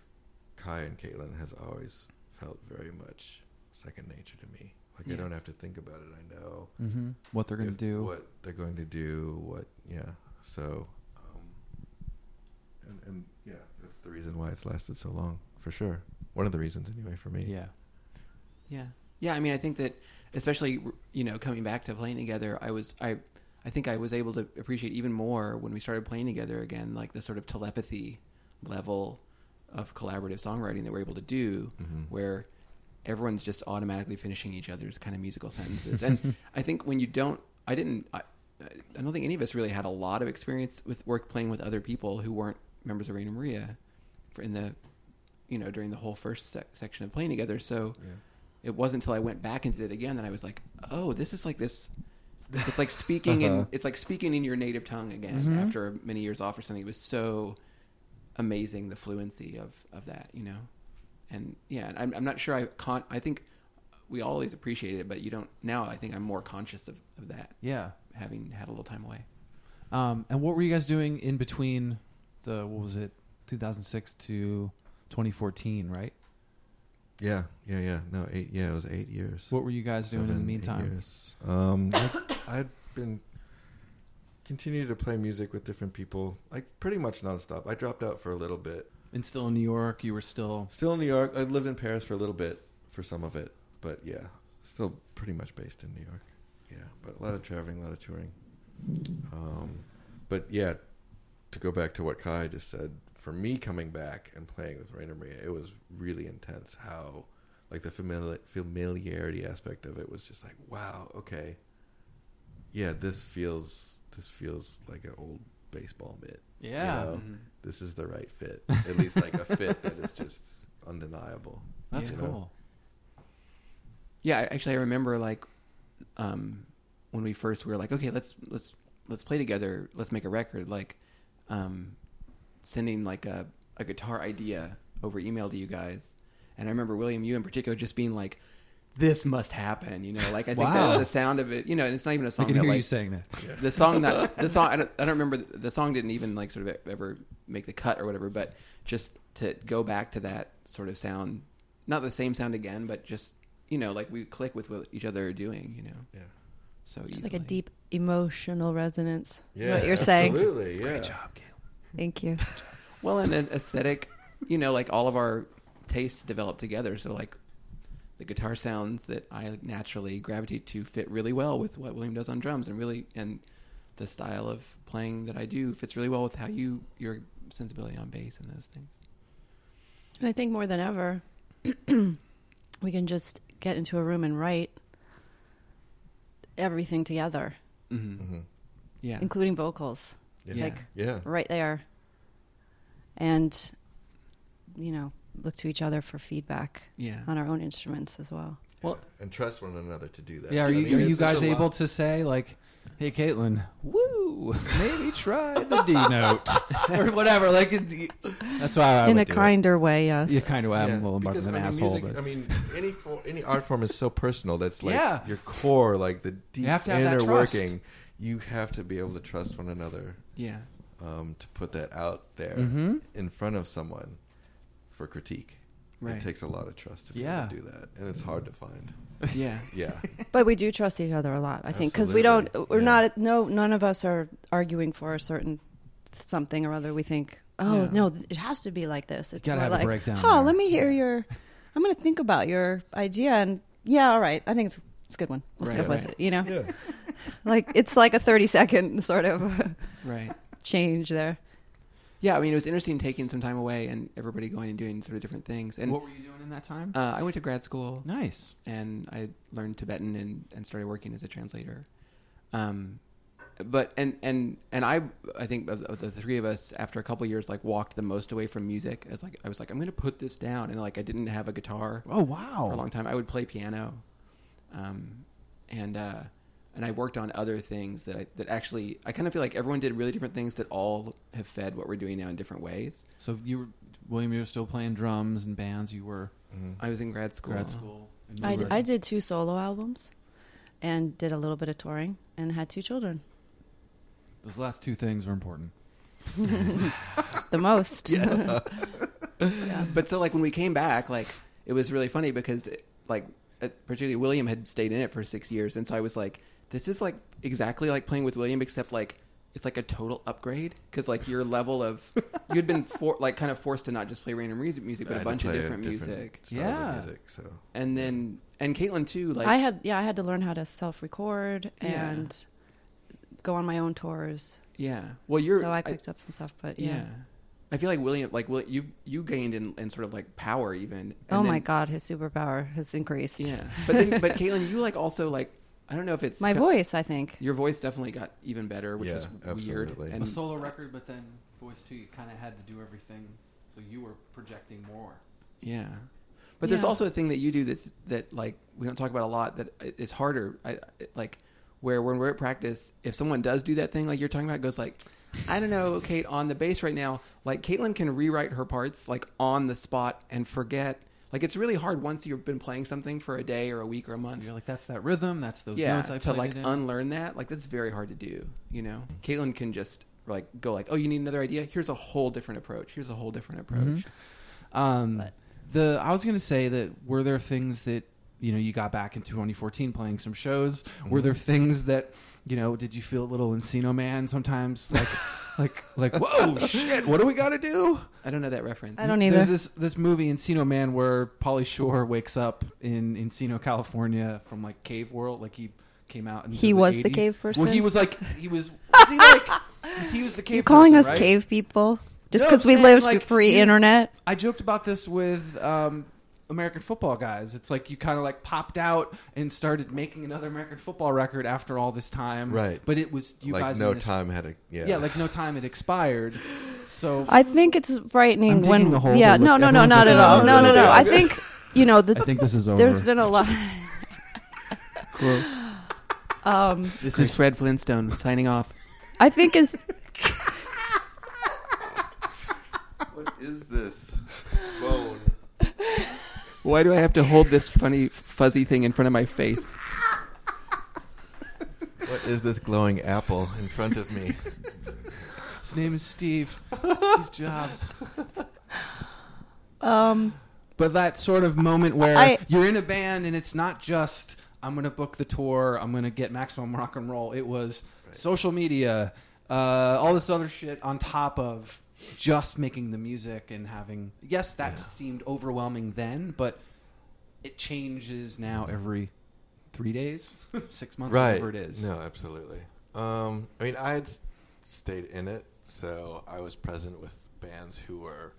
S5: Kai and Caitlin has always felt very much second nature to me. Like I
S4: Yeah.
S5: don't have to think about it. I know
S3: Mm-hmm. What they're going to
S5: if-
S3: do.
S5: what they're going to do what yeah so um, and, and yeah that's the reason why it's lasted so long for sure one of the reasons anyway for me
S3: Yeah.
S4: Yeah. Yeah, I mean, I think that especially you know coming back to playing together, I was I I think I was able to appreciate even more when we started playing together again, like the sort of telepathy level of collaborative songwriting that we're able to do, where everyone's just automatically finishing each other's kind of musical sentences. and I think when you don't, I didn't, I, I don't think any of us really had a lot of experience with work playing with other people who weren't members of Raina Maria for in the you know during the whole first sec- section of playing together. So it wasn't until I went back and did it again that I was like, oh, this is like this. It's like speaking in it's like speaking in your native tongue again after many years off or something. It was so amazing the fluency of of that, you know. And yeah, and I'm I'm not sure I con I think we always appreciated it, but you don't. Now I think I'm more conscious of, of that,
S3: Yeah.
S4: having had a little time away.
S3: Um, and what were you guys doing in between the what was it, 2006 to 2014, right?
S5: Yeah, yeah, yeah. No, eight. Yeah, it was eight years.
S3: What were you guys doing in the
S5: Seven, eight
S3: meantime?
S5: years. Um, I- I'd been continued to play music with different people, like pretty much nonstop. I dropped out for a little bit.
S3: And still in New York, you were still
S5: Still in New York. I lived in Paris for a little bit for some of it, but yeah, still pretty much based in New York. Yeah, but a lot of traveling, a lot of touring. Um, but yeah, to go back to what Kai just said, for me coming back and playing with Rainer Maria, it was really intense. How, like the famili- familiarity aspect of it was just like, wow, okay, yeah, this feels this feels like an old baseball mitt.
S3: Yeah.
S5: you know? Mm. this is the right fit. At least like a fit that is just undeniable.
S3: that's
S5: you know?
S3: cool.
S4: Yeah, I- actually, I remember like um, when we first were like, okay, let's let's let's play together. Let's make a record. Like um, sending like a a guitar idea over email to you guys, and I remember William, you in particular, just being like. This must happen, you know. Like I think
S3: Wow.
S4: that the sound of it, you know, and it's not even a
S3: I
S4: song.
S3: can
S4: that,
S3: hear you
S4: like,
S3: saying that.
S4: the song that the song I don't, I don't remember the, the song didn't even like sort of e-, ever make the cut or whatever but just to go back to that sort of sound not the same sound again but just you know like we click with what each other are doing you know
S5: Yeah.
S4: so
S6: It's
S4: easily.
S6: like a deep emotional resonance. Is
S5: Yeah,
S6: what you're saying.
S5: Absolutely. Yeah.
S6: Thank you.
S4: well and an aesthetic you know like all of our tastes develop together so like the guitar sounds that I naturally gravitate to fit really well with what William does on drums and really and the style of playing that I do fits really well with how you your sensibility on bass and those things
S6: And I think more than ever, we can just get into a room and write everything together,
S4: yeah
S6: including vocals,
S5: Yeah.
S6: Like-
S5: yeah.
S6: right there. And, you know, look to each other for feedback
S4: Yeah.
S6: on our own instruments as well.
S4: Well,
S5: And trust one another to do that.
S3: Yeah,
S5: I
S3: are you
S5: mean,
S3: are you
S5: it's just
S3: guys
S5: a
S3: able
S5: lot.
S3: to say like, "Hey, Caitlin, woo, maybe try the D note or whatever"? Like, it, that's why I
S6: In
S3: would
S6: a
S3: do it.
S6: kinder way, yes.
S3: Yeah, kind of. I'm a little more
S5: because,
S3: of an
S5: I mean,
S3: asshole,
S5: Music,
S3: but
S5: I mean, any for, any art form is so personal. That's like
S3: Yeah.
S5: your core, like the deep
S3: have to have that
S5: inner
S3: trust.
S5: working. You have to be able to trust one another
S4: yeah
S5: um, to put that out there
S3: Mm-hmm.
S5: in front of someone for critique.
S4: Right.
S5: It takes a lot of trust to be
S3: Yeah.
S5: able to do that, and it's hard to find.
S4: yeah
S5: Yeah,
S6: But we do trust each other a lot, I think, because we
S5: Absolutely.
S6: don't. We're
S5: Yeah.
S6: not. No, none of us are arguing for a certain something or other. We think, oh no, th- it has to be like this. It's
S3: gotta
S6: more
S3: have a
S6: like,
S3: breakdown
S6: Oh,
S3: there.
S6: let me hear your. I'm going to think about your idea, and yeah, all right. I think it's it's a good one. We'll
S4: Right,
S6: stick with
S4: right.
S6: it. You know,
S5: yeah.
S6: like it's like a 30 second sort of
S4: right
S6: change there.
S4: yeah i mean it was interesting taking some time away and everybody going and doing sort of different things and
S3: what were you doing in that time?
S4: uh, i went to grad school
S3: nice.
S4: and i learned tibetan and, and started working as a translator um, but and and and i i think of, of the three of us after a couple years like walked the most away from music as like i was like i'm gonna put this down and like i didn't have a guitar
S3: Oh wow.
S4: for a long time. I would play piano, um, and uh, and I worked on other things that I, that actually I kind of feel like everyone did really different things that all have fed what we're doing now in different ways.
S3: So you were William, you were still playing drums and bands. You were
S5: Hmm.
S4: I was in grad school.
S3: grad school. and you
S6: I,
S3: were-
S6: I did two solo albums, and did a little bit of touring, and had two children.
S3: Those last two things are important.
S6: The most.
S4: But so like when we came back, like it was really funny because it, like uh, particularly William had stayed in it for six years, and so I was like, this is like exactly like playing with William, except like. It's like a total upgrade because like your level of you'd been for, like kind of forced to not just play random music, music
S5: I
S4: but a
S5: had to
S4: bunch of
S5: play
S4: different, music.
S5: styles of
S3: Yeah.
S5: music, so
S4: and then and Caitlin too. Like
S6: I had yeah, I had to learn how to self record
S4: Yeah.
S6: and go on my own tours.
S4: yeah. Well, you're
S6: so I picked up some stuff, but yeah.
S4: yeah. I feel like William, like Will, you you gained in, in sort of like power even. And
S6: oh my
S4: then-
S6: god, his superpower has increased.
S4: Yeah, but then, but Caitlin, you like also like I don't know if it's
S6: My
S4: co-
S6: voice, I think.
S4: Your voice definitely got even better, which
S5: Yeah,
S4: was
S5: absolutely.
S4: weird. And
S3: a solo record, but then voice too. You kind of had to do everything, so you were projecting more.
S4: yeah, but there's
S6: Yeah.
S4: also a thing that you do that's that like we don't talk about a lot that i- it's harder. I I- like where when we're at practice, if someone does do that thing like you're talking about, it goes like. I don't know, Kate, on the bass right now, like Caitlin can rewrite her parts like on the spot and forget. Like it's really hard once you've been playing something for a day or a week or a month.
S3: You're like, that's that rhythm. That's those
S4: yeah,
S3: notes I
S4: to
S3: played
S4: like
S3: it in.
S4: unlearn that, like that's very hard to do. You know, Caitlin can just like go like, oh, you need another idea. Here's a whole different approach. Here's a whole different approach.
S3: Mm-hmm. Um, the I was gonna say that were there things that you know you got back in 2014 playing some shows? Were
S4: Mm-hmm.
S3: there things that you know did you feel a little Encino Man sometimes like like like whoa shit what do we gotta do?
S4: I don't know that reference.
S7: I don't either.
S3: There's this this movie Encino Man where Polly Shore wakes up in Encino, California from like cave world like he came out and
S7: He was the cave person?
S3: Well, he was like he was was he like 'cause he was the cave
S7: You're calling us
S3: person, right?
S7: cave people just
S3: No,
S7: because
S3: I'm
S7: we
S3: saying,
S7: lived
S3: like,
S7: pre-internet.
S3: I joked about this with um, American football guys. It's like you kind of like popped out and started making another American football record after all this time,
S5: Right.
S3: But it was you
S5: like
S3: guys
S5: no
S3: in this-
S5: time had a yeah.
S3: yeah, like no time had expired. So
S7: I think it's
S3: I'm
S7: frightening
S3: digging
S7: when
S3: the hole
S7: yeah
S3: that
S7: no
S3: look-
S7: no no
S3: everyone's
S7: not
S3: like,
S7: at all
S3: "Oh,
S7: no no
S3: really
S7: no I
S3: bad."
S7: think you know the,
S3: this is over.
S7: there's been a lot. um,
S4: This is Fred Flintstone signing off.
S7: I think is
S5: what is this bone?
S4: Why do I have to hold this funny fuzzy thing in front of my face?
S5: What is this glowing apple in front of me?
S3: His name is Steve. Steve Jobs.
S7: um,
S3: But that sort of moment where
S7: I-
S3: you're in a band and it's not just I'm going to book the tour, I'm going to get maximum rock and roll. It was social media, uh, all this other shit on top of just making the music and having. Yes, that seemed overwhelming then, but it changes now every three days, six months,
S5: right.
S3: whatever it is.
S5: No, absolutely. Um, I mean, I had s- stayed in it, so I was present with bands who were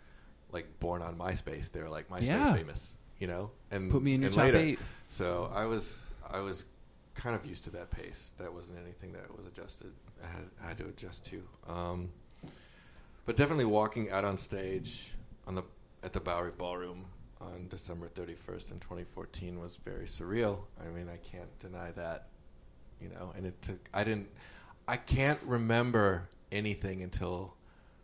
S5: like born on MySpace. They were like MySpace
S3: Yeah.
S5: famous, you know. And
S3: Put me in your
S5: and
S3: top
S5: later.
S3: eight.
S5: So I was, I was kind of used to that pace. That wasn't anything that was adjusted. I had, I had to adjust to. Um, but definitely walking out on stage on the at the Bowery Ballroom on December 31st in 2014 was very surreal. I mean, I can't deny that, you know. And it took I didn't I can't remember anything until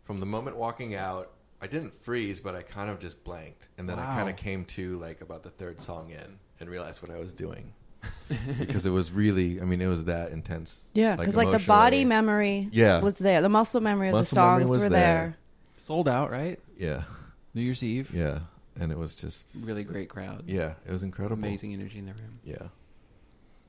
S5: from the moment walking out. I didn't freeze, but I kind of just blanked, and then I
S3: Wow.
S5: kind of came to like about the third song in and realized what I was doing because it was really I mean it was that intense.
S7: yeah because like, the body
S5: emotionally.
S7: memory
S5: Yeah.
S7: was there the muscle memory of
S5: Muscle
S7: the
S5: memory
S7: songs
S5: was
S7: were
S5: there.
S7: there.
S3: Sold out, right?
S5: Yeah,
S3: New Year's Eve.
S5: yeah, and it was just
S4: Really great crowd.
S5: yeah, it was incredible.
S4: Amazing energy in the room.
S5: Yeah.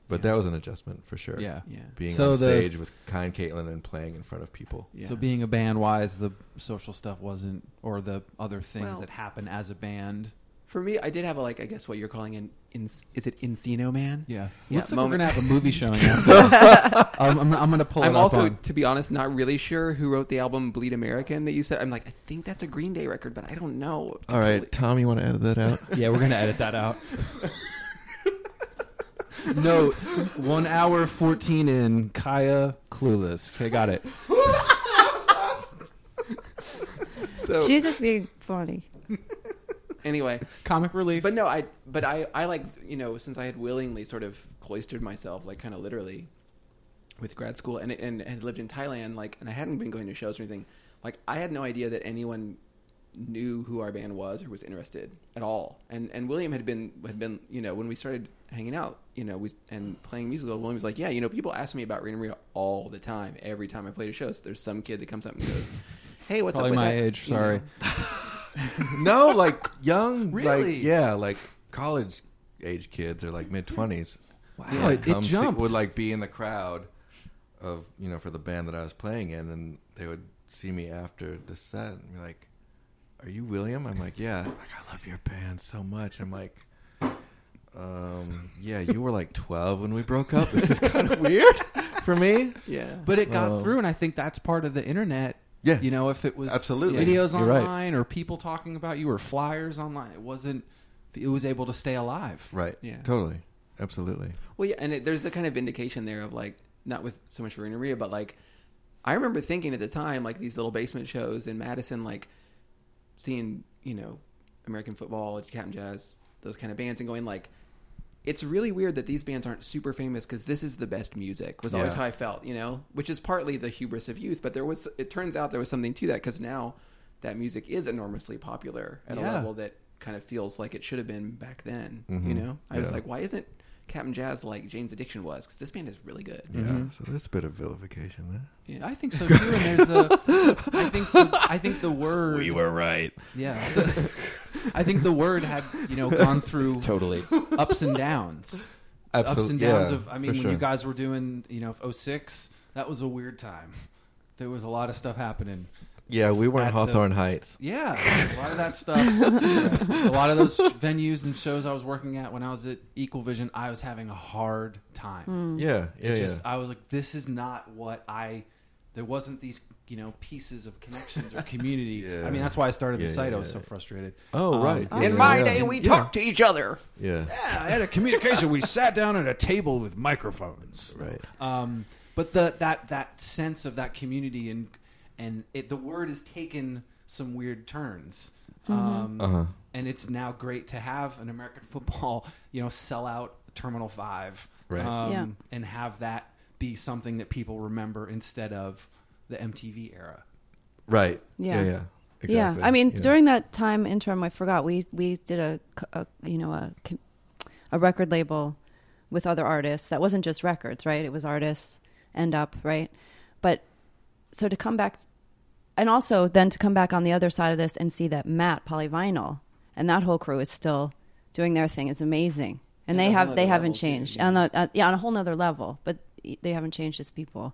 S5: But that was an adjustment for sure.
S3: Yeah.
S4: Yeah.
S5: Being
S3: So
S5: on
S3: the-
S5: stage with kind Caitlin and playing in front of people.
S4: Yeah.
S3: So being a band wise, the social stuff wasn't, or the other things
S4: Well-
S3: that happen as a band.
S4: For me, I did have a like I guess what you're calling an in, is it Encino Man?
S3: Yeah,
S4: Yeah,
S3: looks like
S4: moment.
S3: we're gonna have a movie showing. after this. I'm, I'm, I'm gonna pull. it
S4: I'm
S3: up
S4: also,
S3: on-
S4: to be honest, not really sure who wrote the album Bleed American that you said. I'm like, I think that's a Green Day record, but I don't know.
S3: Uh,
S5: All right, Tom, you want to edit that out?
S3: yeah, we're gonna edit that out. no, one hour fourteen in Kaya clueless. Okay, got it.
S4: So
S7: She's just being funny.
S4: anyway,
S3: Comic relief.
S4: but no, I but I I like you know since I had willingly sort of cloistered myself like kind of literally with grad school and and had lived in Thailand like and I hadn't been going to shows or anything like I had no idea that anyone knew who our band was or was interested at all and and William had been had been you know when we started hanging out you know we and playing musical William was like yeah you know people ask me about Rita Maria all the time every time I played a show so there's some kid that comes up and goes hey what's
S3: Probably
S4: up with
S3: my
S4: that?"
S3: age.
S4: You know?
S3: Sorry.
S5: no, like young,
S3: Really?
S5: like yeah, like college age kids or like mid twenties. Wow,
S3: it- it jumped.
S5: would like be in the crowd of you know for the band that I was playing in, and they would see me after the set and be like, "Are you William?" I'm like, "Yeah." Like I love your band so much. I'm like. Um. Yeah, you were like 12 when we broke up. This is kind of weird for me.
S4: yeah
S3: But it got through, and I think that's part of the internet.
S5: Yeah.
S3: you know, if it was
S5: Absolutely.
S3: videos
S5: You're right.
S3: online or people talking about you or flyers online, it wasn't. It was able to stay alive.
S5: Right.
S4: Yeah.
S5: Totally. Absolutely.
S4: Well, yeah, and it, there's a kind of indication there of like not with so much Marina Rhea, but like I remember thinking at the time like these little basement shows in Madison, like seeing you know American football, Captain Jazz, those kind of bands, and going like. It's really weird that these bands aren't super famous because this is the best music. Was always
S5: Yeah.
S4: how I felt, you know, which is partly the hubris of youth. But there was, it turns out, there was something to that because now that music is enormously popular at a
S3: Yeah.
S4: level that kind of feels like it should have been back then. You know, I was
S5: Mm-hmm. Yeah.
S4: like, why isn't Captain Jazz like Jane's Addiction was? Because this band is really good.
S5: Yeah, so there's a bit of vilification there.
S4: Yeah.
S3: I think so too. And there's the, I think, the, I think the word,
S5: were right.
S3: yeah, I think the word had you know gone through
S8: Totally.
S3: ups and downs,
S5: Absolutely.
S3: ups and downs
S5: yeah,
S3: of. I
S5: for
S3: mean, when
S5: sure.
S3: you guys were doing you know 06, that was a weird time. There was a lot of stuff happening.
S5: Yeah, we were in
S3: at the-
S5: Hawthorne Heights.
S3: Yeah, a lot of that stuff. Yeah. A lot of those venues and shows I was working at when I was at Equal Vision, I was having a hard time.
S5: Hmm. Yeah, yeah,
S3: Mm. just uh,
S5: yeah.
S3: I was like, this is not what I. There wasn't these you know pieces of connections or community.
S5: Yeah.
S3: I mean, that's why I started the
S5: Yeah,
S3: site.
S5: yeah,
S3: I was so
S5: yeah.
S3: frustrated.
S5: Oh, right.
S3: Um,
S5: Yeah,
S4: In my
S5: yeah.
S4: day, we
S5: Yeah.
S4: talked to each other.
S5: Yeah,
S3: I had a communication. we sat down at a table with microphones.
S5: right.
S3: Um, but the that that sense of that community and and it, the word has taken some weird turns. Um, And it's now great to have an American football, you know, sell out Terminal Five,
S5: Right.
S3: Um,
S6: Yeah.
S3: and have that be something that people remember instead of the MTV era.
S5: Right.
S6: Yeah.
S5: Yeah, yeah. Exactly.
S6: Yeah, I mean,
S5: Yeah.
S6: during that time interim, I forgot we we did a, c- a, you know a c- a record label with other artists that wasn't just records, right? It was artists end up right, but so to come back, and also then to come back on the other side of this and see that Matt Polyvinyl and that whole crew is still doing their thing is amazing, and
S4: Yeah,
S6: they
S4: on a
S6: have
S4: whole
S6: they
S4: other
S6: haven't
S4: level, too,
S6: changed
S4: yeah.
S6: on a, uh, yeah on a whole nother level, but they haven't changed as people.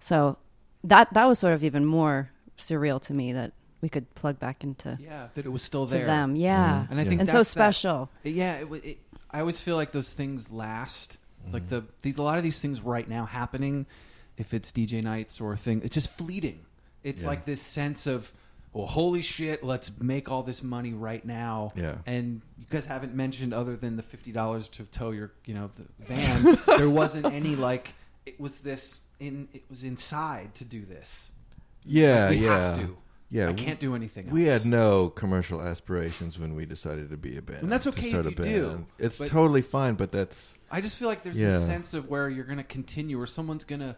S6: So that that was sort of even more surreal to me that we could plug back into
S3: Yeah, that it was still
S6: to
S3: there.
S6: them. Yeah.
S3: And I think
S6: and so
S3: that's that-
S6: special.
S3: Yeah, it, wa- it, I always feel like those things last.
S5: Mm-hmm.
S3: Like the these a lot of these things right now happening, if it's DJ nights or a thing, it's just fleeting. It's like this sense of, well, holy shit, let's make all this money right now.
S5: Yeah.
S3: And you guys haven't mentioned other than the fifty dollars to tow your you know the van. there wasn't any like it was this in it was inside to do this.
S5: yeah,
S3: we
S5: Uh, yeah.
S3: have to.
S5: Yeah,
S3: I
S5: we-
S3: can't do anything.
S5: We
S3: else.
S5: had no commercial aspirations when we decided to be a band.
S3: And that's
S5: to
S3: okay
S5: start
S3: if
S5: a
S3: you do,
S5: band. It's
S3: but-
S5: totally fine, but that's
S3: I just feel like there's
S5: Yeah.
S3: this sense of where you're going to continue, or someone's going to.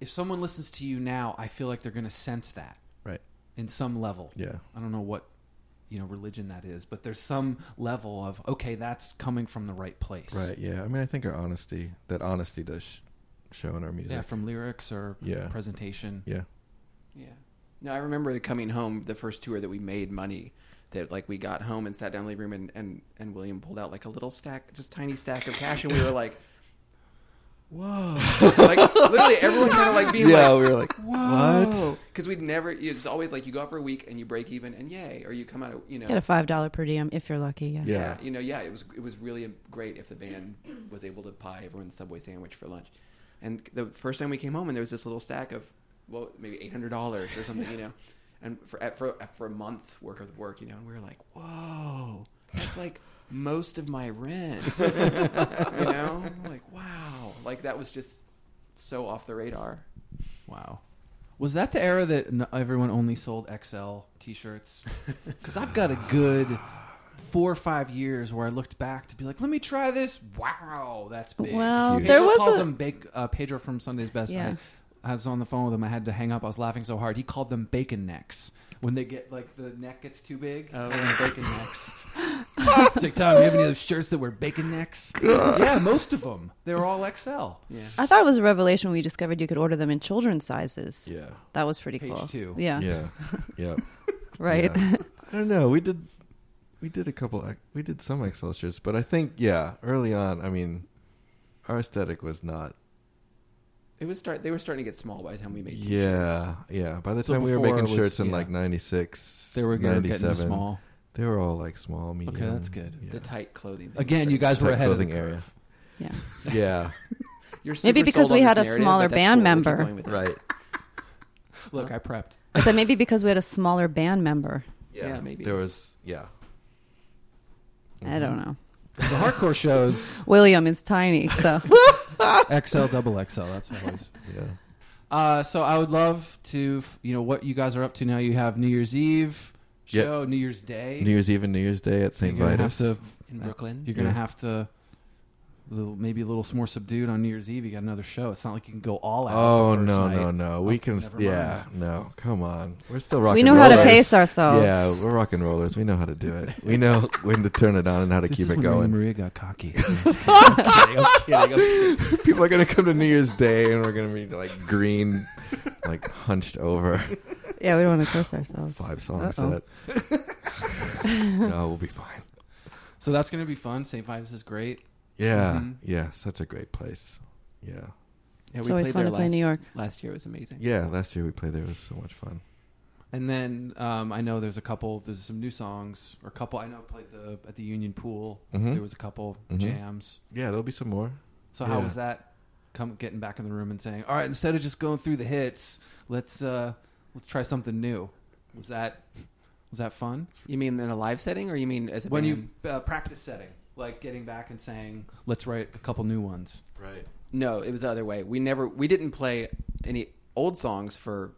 S3: If someone listens to you now, I feel like they're going to sense that
S5: right.
S3: in some level.
S5: Yeah.
S3: I don't know what you know religion that is, but there's some level of okay, that's coming from the right place.
S5: Right. Yeah. I mean, I think our honesty, that honesty does sh- show in our music.
S3: Yeah, from lyrics or
S5: Yeah.
S3: presentation.
S5: Yeah.
S4: Yeah. No, I remember the coming home, the first tour that we made money. That like we got home and sat down in the living room and, and and William pulled out like a little stack, just tiny stack of cash, and we were like, "Whoa!" like literally everyone kind of like being
S5: yeah.
S4: like,
S5: we were like, what?
S4: Because we'd never. It's always like you go out for a week and you break even and yay, or you come out. You know,
S6: Get a five dollar per diem if you're lucky. Yeah.
S5: Yeah.
S4: you know, yeah. It was it was really great if the band was able to buy everyone a Subway sandwich for lunch. And the first time we came home, and there was this little stack of well, maybe eight hundred dollars or something, you know, and for at- for at- for a month worth of work, you know, and we were like, whoa, that's like. Most of my rent, you know, like wow, like that was just so off the radar.
S3: Wow. Was that the era that n- everyone only sold XL T-shirts? Because I've got a good four or five years where I looked back to be like, let me try this. Wow, that's big.
S6: Well,
S5: Huge.
S6: there
S3: Pedro
S6: was
S3: calls
S6: a-
S3: them bake, uh, Pedro from Sunday's Best.
S6: Yeah.
S3: I, I was on the phone with him. I had to hang up. I was laughing so hard. He called them bacon necks when they get like the neck gets too big. Oh, bacon necks. it's like Tom, you have any of those shirts that were bacon necks? Yeah, most of them. They were all XL.
S4: Yeah,
S6: I thought it was a revelation when we discovered you could order them in children's sizes.
S5: Yeah.
S6: That was pretty
S3: Page
S6: cool.
S3: two.
S6: Yeah.
S5: Yeah. yeah.
S6: Right.
S5: Yeah. I don't know. We did, we did a couple. ex- We did some Excel shirts, but I think yeah, early on. I mean, our aesthetic was not.
S4: it was start. They were starting to get small by the time we made. t-
S5: Yeah, yeah. By the
S3: So
S5: time we were
S3: before
S5: making
S3: it was-
S5: shirts in
S3: yeah.
S5: like '96,
S3: They were getting- getting
S5: 97,
S3: small.
S5: They were all like small, medium.
S3: that's good.
S5: Yeah.
S4: The tight clothing. thing
S3: Again,
S4: was
S3: you
S4: starting-
S3: guys were
S5: Tight
S3: ahead of the
S5: clothing
S3: curve.
S5: area.
S6: Yeah.
S5: Yeah,
S4: You're super
S6: Maybe because
S4: sold on
S6: we
S4: this
S6: had a
S4: narrative,
S6: smaller
S4: but that's
S6: band
S4: cool. We'll keep
S6: member.
S4: going with it.
S5: right.
S3: Look, I prepped.
S6: I said maybe because we had a smaller band member.
S4: Yeah, maybe.
S5: there was. Yeah,
S6: I don't know.
S3: The hardcore shows
S6: William is tiny, so
S3: XL, double XL. That's always.
S5: yeah.
S3: Uh, so I would love to, f- you know, what you guys are up to now. You have New Year's Eve
S5: Yeah.
S3: show, New Year's Day.
S5: New Year's Eve and New Year's Day at St.
S3: you're gonna have
S5: Vitus.
S3: to,
S4: in Brooklyn.
S3: you're gonna
S5: Yeah.
S3: have to little, maybe a little more subdued on New Year's Eve. You got another show. It's not like you can go all out.
S5: Oh
S3: the first
S5: no
S3: night. Oh,
S5: no no! We can
S3: never
S5: yeah no come on. We're still rock.
S6: We
S5: and
S6: know how to
S5: rollers.
S6: pace ourselves.
S5: Yeah, we're rock and rollers. We know how to do it. We know when to turn it on and how to
S3: This
S5: keep
S3: is
S5: it
S3: when Raina
S5: going.
S3: Maria got cocky.
S2: I'm kidding, I'm kidding.
S5: People are gonna come to New Year's Day and we're gonna be like green, like hunched over.
S6: Yeah, we don't want to curse ourselves.
S5: Five songs
S6: Uh-oh.
S5: set. no, we'll be fine.
S3: so that's gonna be fun. St. Vitus is great.
S5: Yeah,
S3: Mhm.
S5: yeah. Such a great place. Yeah,
S4: Yeah,
S6: It's
S4: we
S6: always
S4: played
S6: fun
S4: there
S6: to play
S4: last-
S6: New York.
S4: Last year was amazing.
S5: yeah. Last year we played there. It was so much fun.
S3: And then um, I know there's a couple. There's some new songs or a couple. I know played the at the Union Pool.
S5: Mhm.
S3: There was a couple
S5: Mhm.
S3: jams.
S5: Yeah, there'll be some more.
S3: So how
S5: Yeah.
S3: was that? Come getting back in the room and saying, "All right, instead of just going through the hits, let's uh, let's try something new." Was that was that fun?
S4: You mean in a live setting, or you mean as a
S3: When
S4: band?
S3: you uh, practice setting, like getting back and saying, "Let's write a couple new ones."
S5: Right.
S4: No, it was the other way. We never we didn't play any old songs for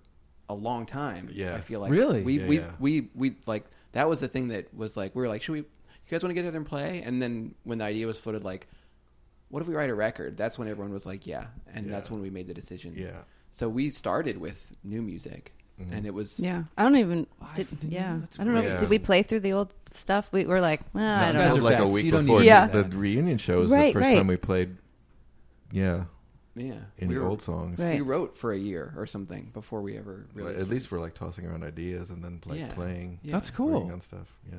S4: a long time.
S5: Yeah.
S4: I feel like
S3: Really?
S4: we
S5: Yeah,
S4: we
S5: yeah.
S4: we we like that was the thing that was like we were like should we you guys want to get together and play? And then when the idea was floated, like what if we write a record? That's when everyone was like yeah, and that's
S5: Yeah.
S4: when we made the decision.
S5: Yeah.
S4: So we started with new music, and it was
S6: Yeah, I don't even. Did,
S3: Five,
S6: yeah,
S3: that's
S6: I don't know.
S5: great.
S6: If, did we play through the old stuff? We were like, "Nah, I
S3: You guys
S6: don't
S3: are
S6: know.
S5: like a
S3: vets.
S5: week
S3: You don't
S5: before
S6: need Yeah.
S5: the
S3: that.
S5: reunion show was
S6: Right,
S5: the first
S6: right.
S5: time we played. Yeah,
S4: yeah.
S5: any
S4: we were-
S5: old songs.
S6: Right.
S4: We wrote for a year or something before we ever really.
S5: At least we're like tossing around ideas and then like
S4: Yeah.
S5: playing.
S4: Yeah.
S3: That's
S5: working
S3: cool.
S5: on stuff. Yeah.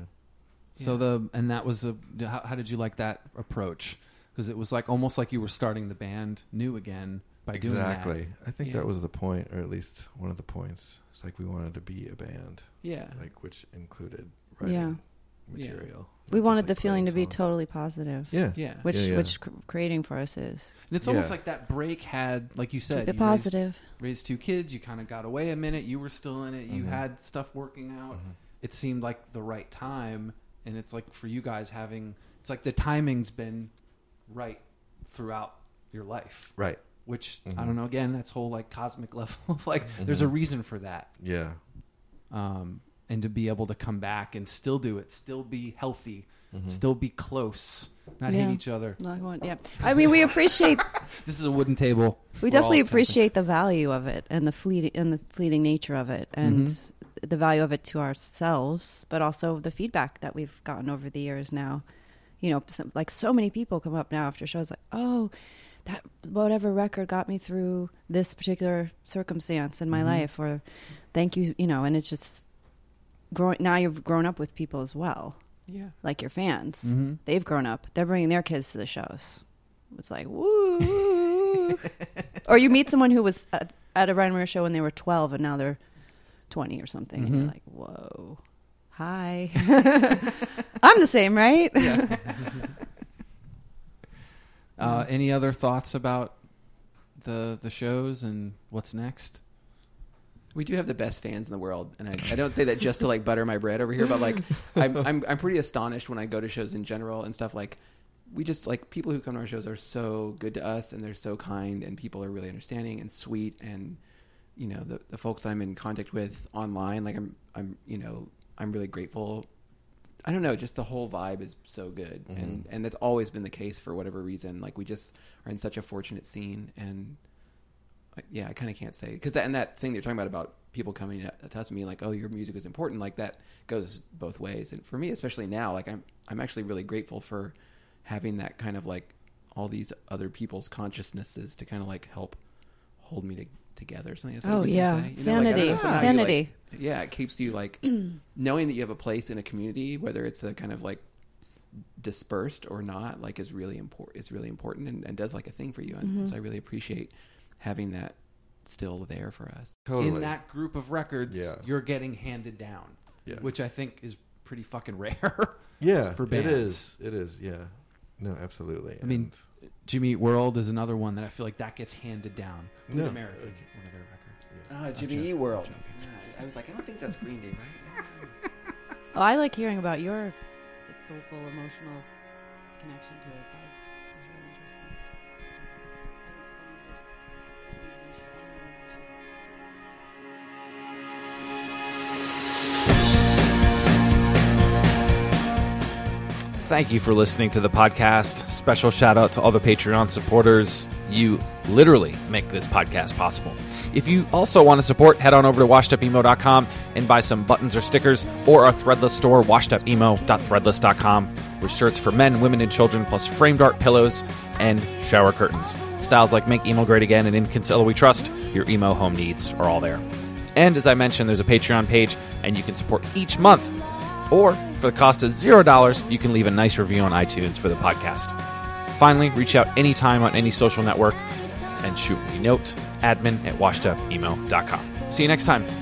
S3: So the and that was a how, how did you like that approach? Because it was like almost like you were starting the band new again by doing
S5: Exactly.
S3: that.
S5: I think
S4: Yeah.
S5: that was the point, or at least one of the points. It's like we wanted to be a band,
S4: yeah.
S3: Uh-huh.
S5: like which included writing
S6: Yeah.
S4: Yeah.
S5: material.
S6: We
S5: Not
S6: wanted
S5: just,
S6: the
S5: like,
S6: feeling
S5: playing
S6: to be
S5: songs.
S6: totally positive.
S5: Yeah.
S4: Yeah.
S6: Which
S5: Yeah, yeah.
S6: which cr- creating for us is
S3: And it's almost
S5: Yeah.
S3: like that break had, like you said,
S6: keep it
S3: you raised-
S6: positive.
S3: raised two kids. You kind of got away a minute. You were still in it. You had stuff working out. It seemed like the right time. And it's like for you guys having, it's like the timing's been right throughout your life.
S5: Right.
S3: Which I don't know. Again, that's whole like cosmic level of like there's a reason for that.
S5: Yeah.
S3: Um, and to be able to come back and still do it, still be healthy,
S5: Mm-hmm.
S3: still be close, not
S6: Yeah.
S3: hate each other.
S6: Like, well, yeah, I mean, we appreciate
S3: This is a wooden table.
S6: we
S3: We're all
S6: definitely
S3: tempted.
S6: appreciate the value of it and the fleeting and the fleeting nature of it and
S3: Mm-hmm.
S6: the value of it to ourselves, but also the feedback that we've gotten over the years now. You know, some, like so many people come up now after shows like, "Oh, that whatever record got me through this particular circumstance in my
S3: Mm-hmm.
S6: life," or "Thank you," you know, and it's just growing. Now you've grown up with people as well
S4: Yeah.
S6: like your fans.
S3: Mm-hmm.
S6: They've grown up. They're bringing their kids to the shows. It's like woo. or you meet someone who was at, at a Ryan Murray show when they were twelve, and now they're twenty or something, and you're like, whoa, hi. I'm the same, right?
S3: Uh, any other thoughts about the the shows and what's next?
S4: We do have the best fans in the world, and I, I don't say that just to like butter my bread over here, but like I'm, I'm I'm pretty astonished when I go to shows in general and stuff. Like we just like people who come to our shows are so good to us, and they're so kind, and people are really understanding and sweet, and you know the the folks I'm in contact with online, like I'm I'm you know I'm really grateful. I don't know, just the whole vibe is so good, and and that's always been the case for whatever reason. Like we just are in such a fortunate scene, and I- yeah, I kind of can't say because that and that thing you're talking about about people coming to, to us and being like, "Oh, your music is important," like that goes both ways. And for me, especially now, like I'm I'm actually really grateful for having that kind of like all these other people's consciousnesses to kind of like help hold me to, together. Something that's
S6: Oh,
S4: we can
S6: yeah.
S4: say. You know, like, I don't
S6: Sanity.
S4: know, somehow you, like-
S6: Sanity.
S4: yeah, it keeps you like knowing that you have a place in a community, whether it's a kind of like dispersed or not, like is really important. Is really important and, and does like a thing for you. And so I really appreciate having that still there for us.
S5: Totally.
S3: In that group of records,
S5: Yeah.
S3: you're getting handed down,
S5: Yeah.
S3: which I think is pretty fucking rare.
S5: yeah.
S3: for
S5: It
S3: bands.
S5: is. It is. Yeah. No, absolutely.
S3: I mean,
S5: And-
S3: Jimmy Eat World is another one that I feel like that gets handed down. Who's
S5: No.
S3: American? One of their records.
S4: Ah, Jimmy E World. I was like, I don't think that's Green Day, right?
S6: Oh, I like hearing about your soulful, emotional connection to it, guys. It's really interesting. um,
S2: Thank you for listening to the podcast. Special shout out to all the Patreon supporters. You literally make this podcast possible. If you also want to support, head on over to washedupemo.com and buy some buttons or stickers or our threadless store, washedupemo.threadless.com, with shirts for men, women, and children, plus framed art pillows and shower curtains. Styles like Make Emo Great Again and In Kinsella We Trust, your emo home needs are all there. And as I mentioned, there's a Patreon page, and you can support each month or for the cost of $0, you can leave a nice review on iTunes for the podcast. Finally, reach out anytime on any social network and shoot me a note, admin at washedupemo.com. See you next time.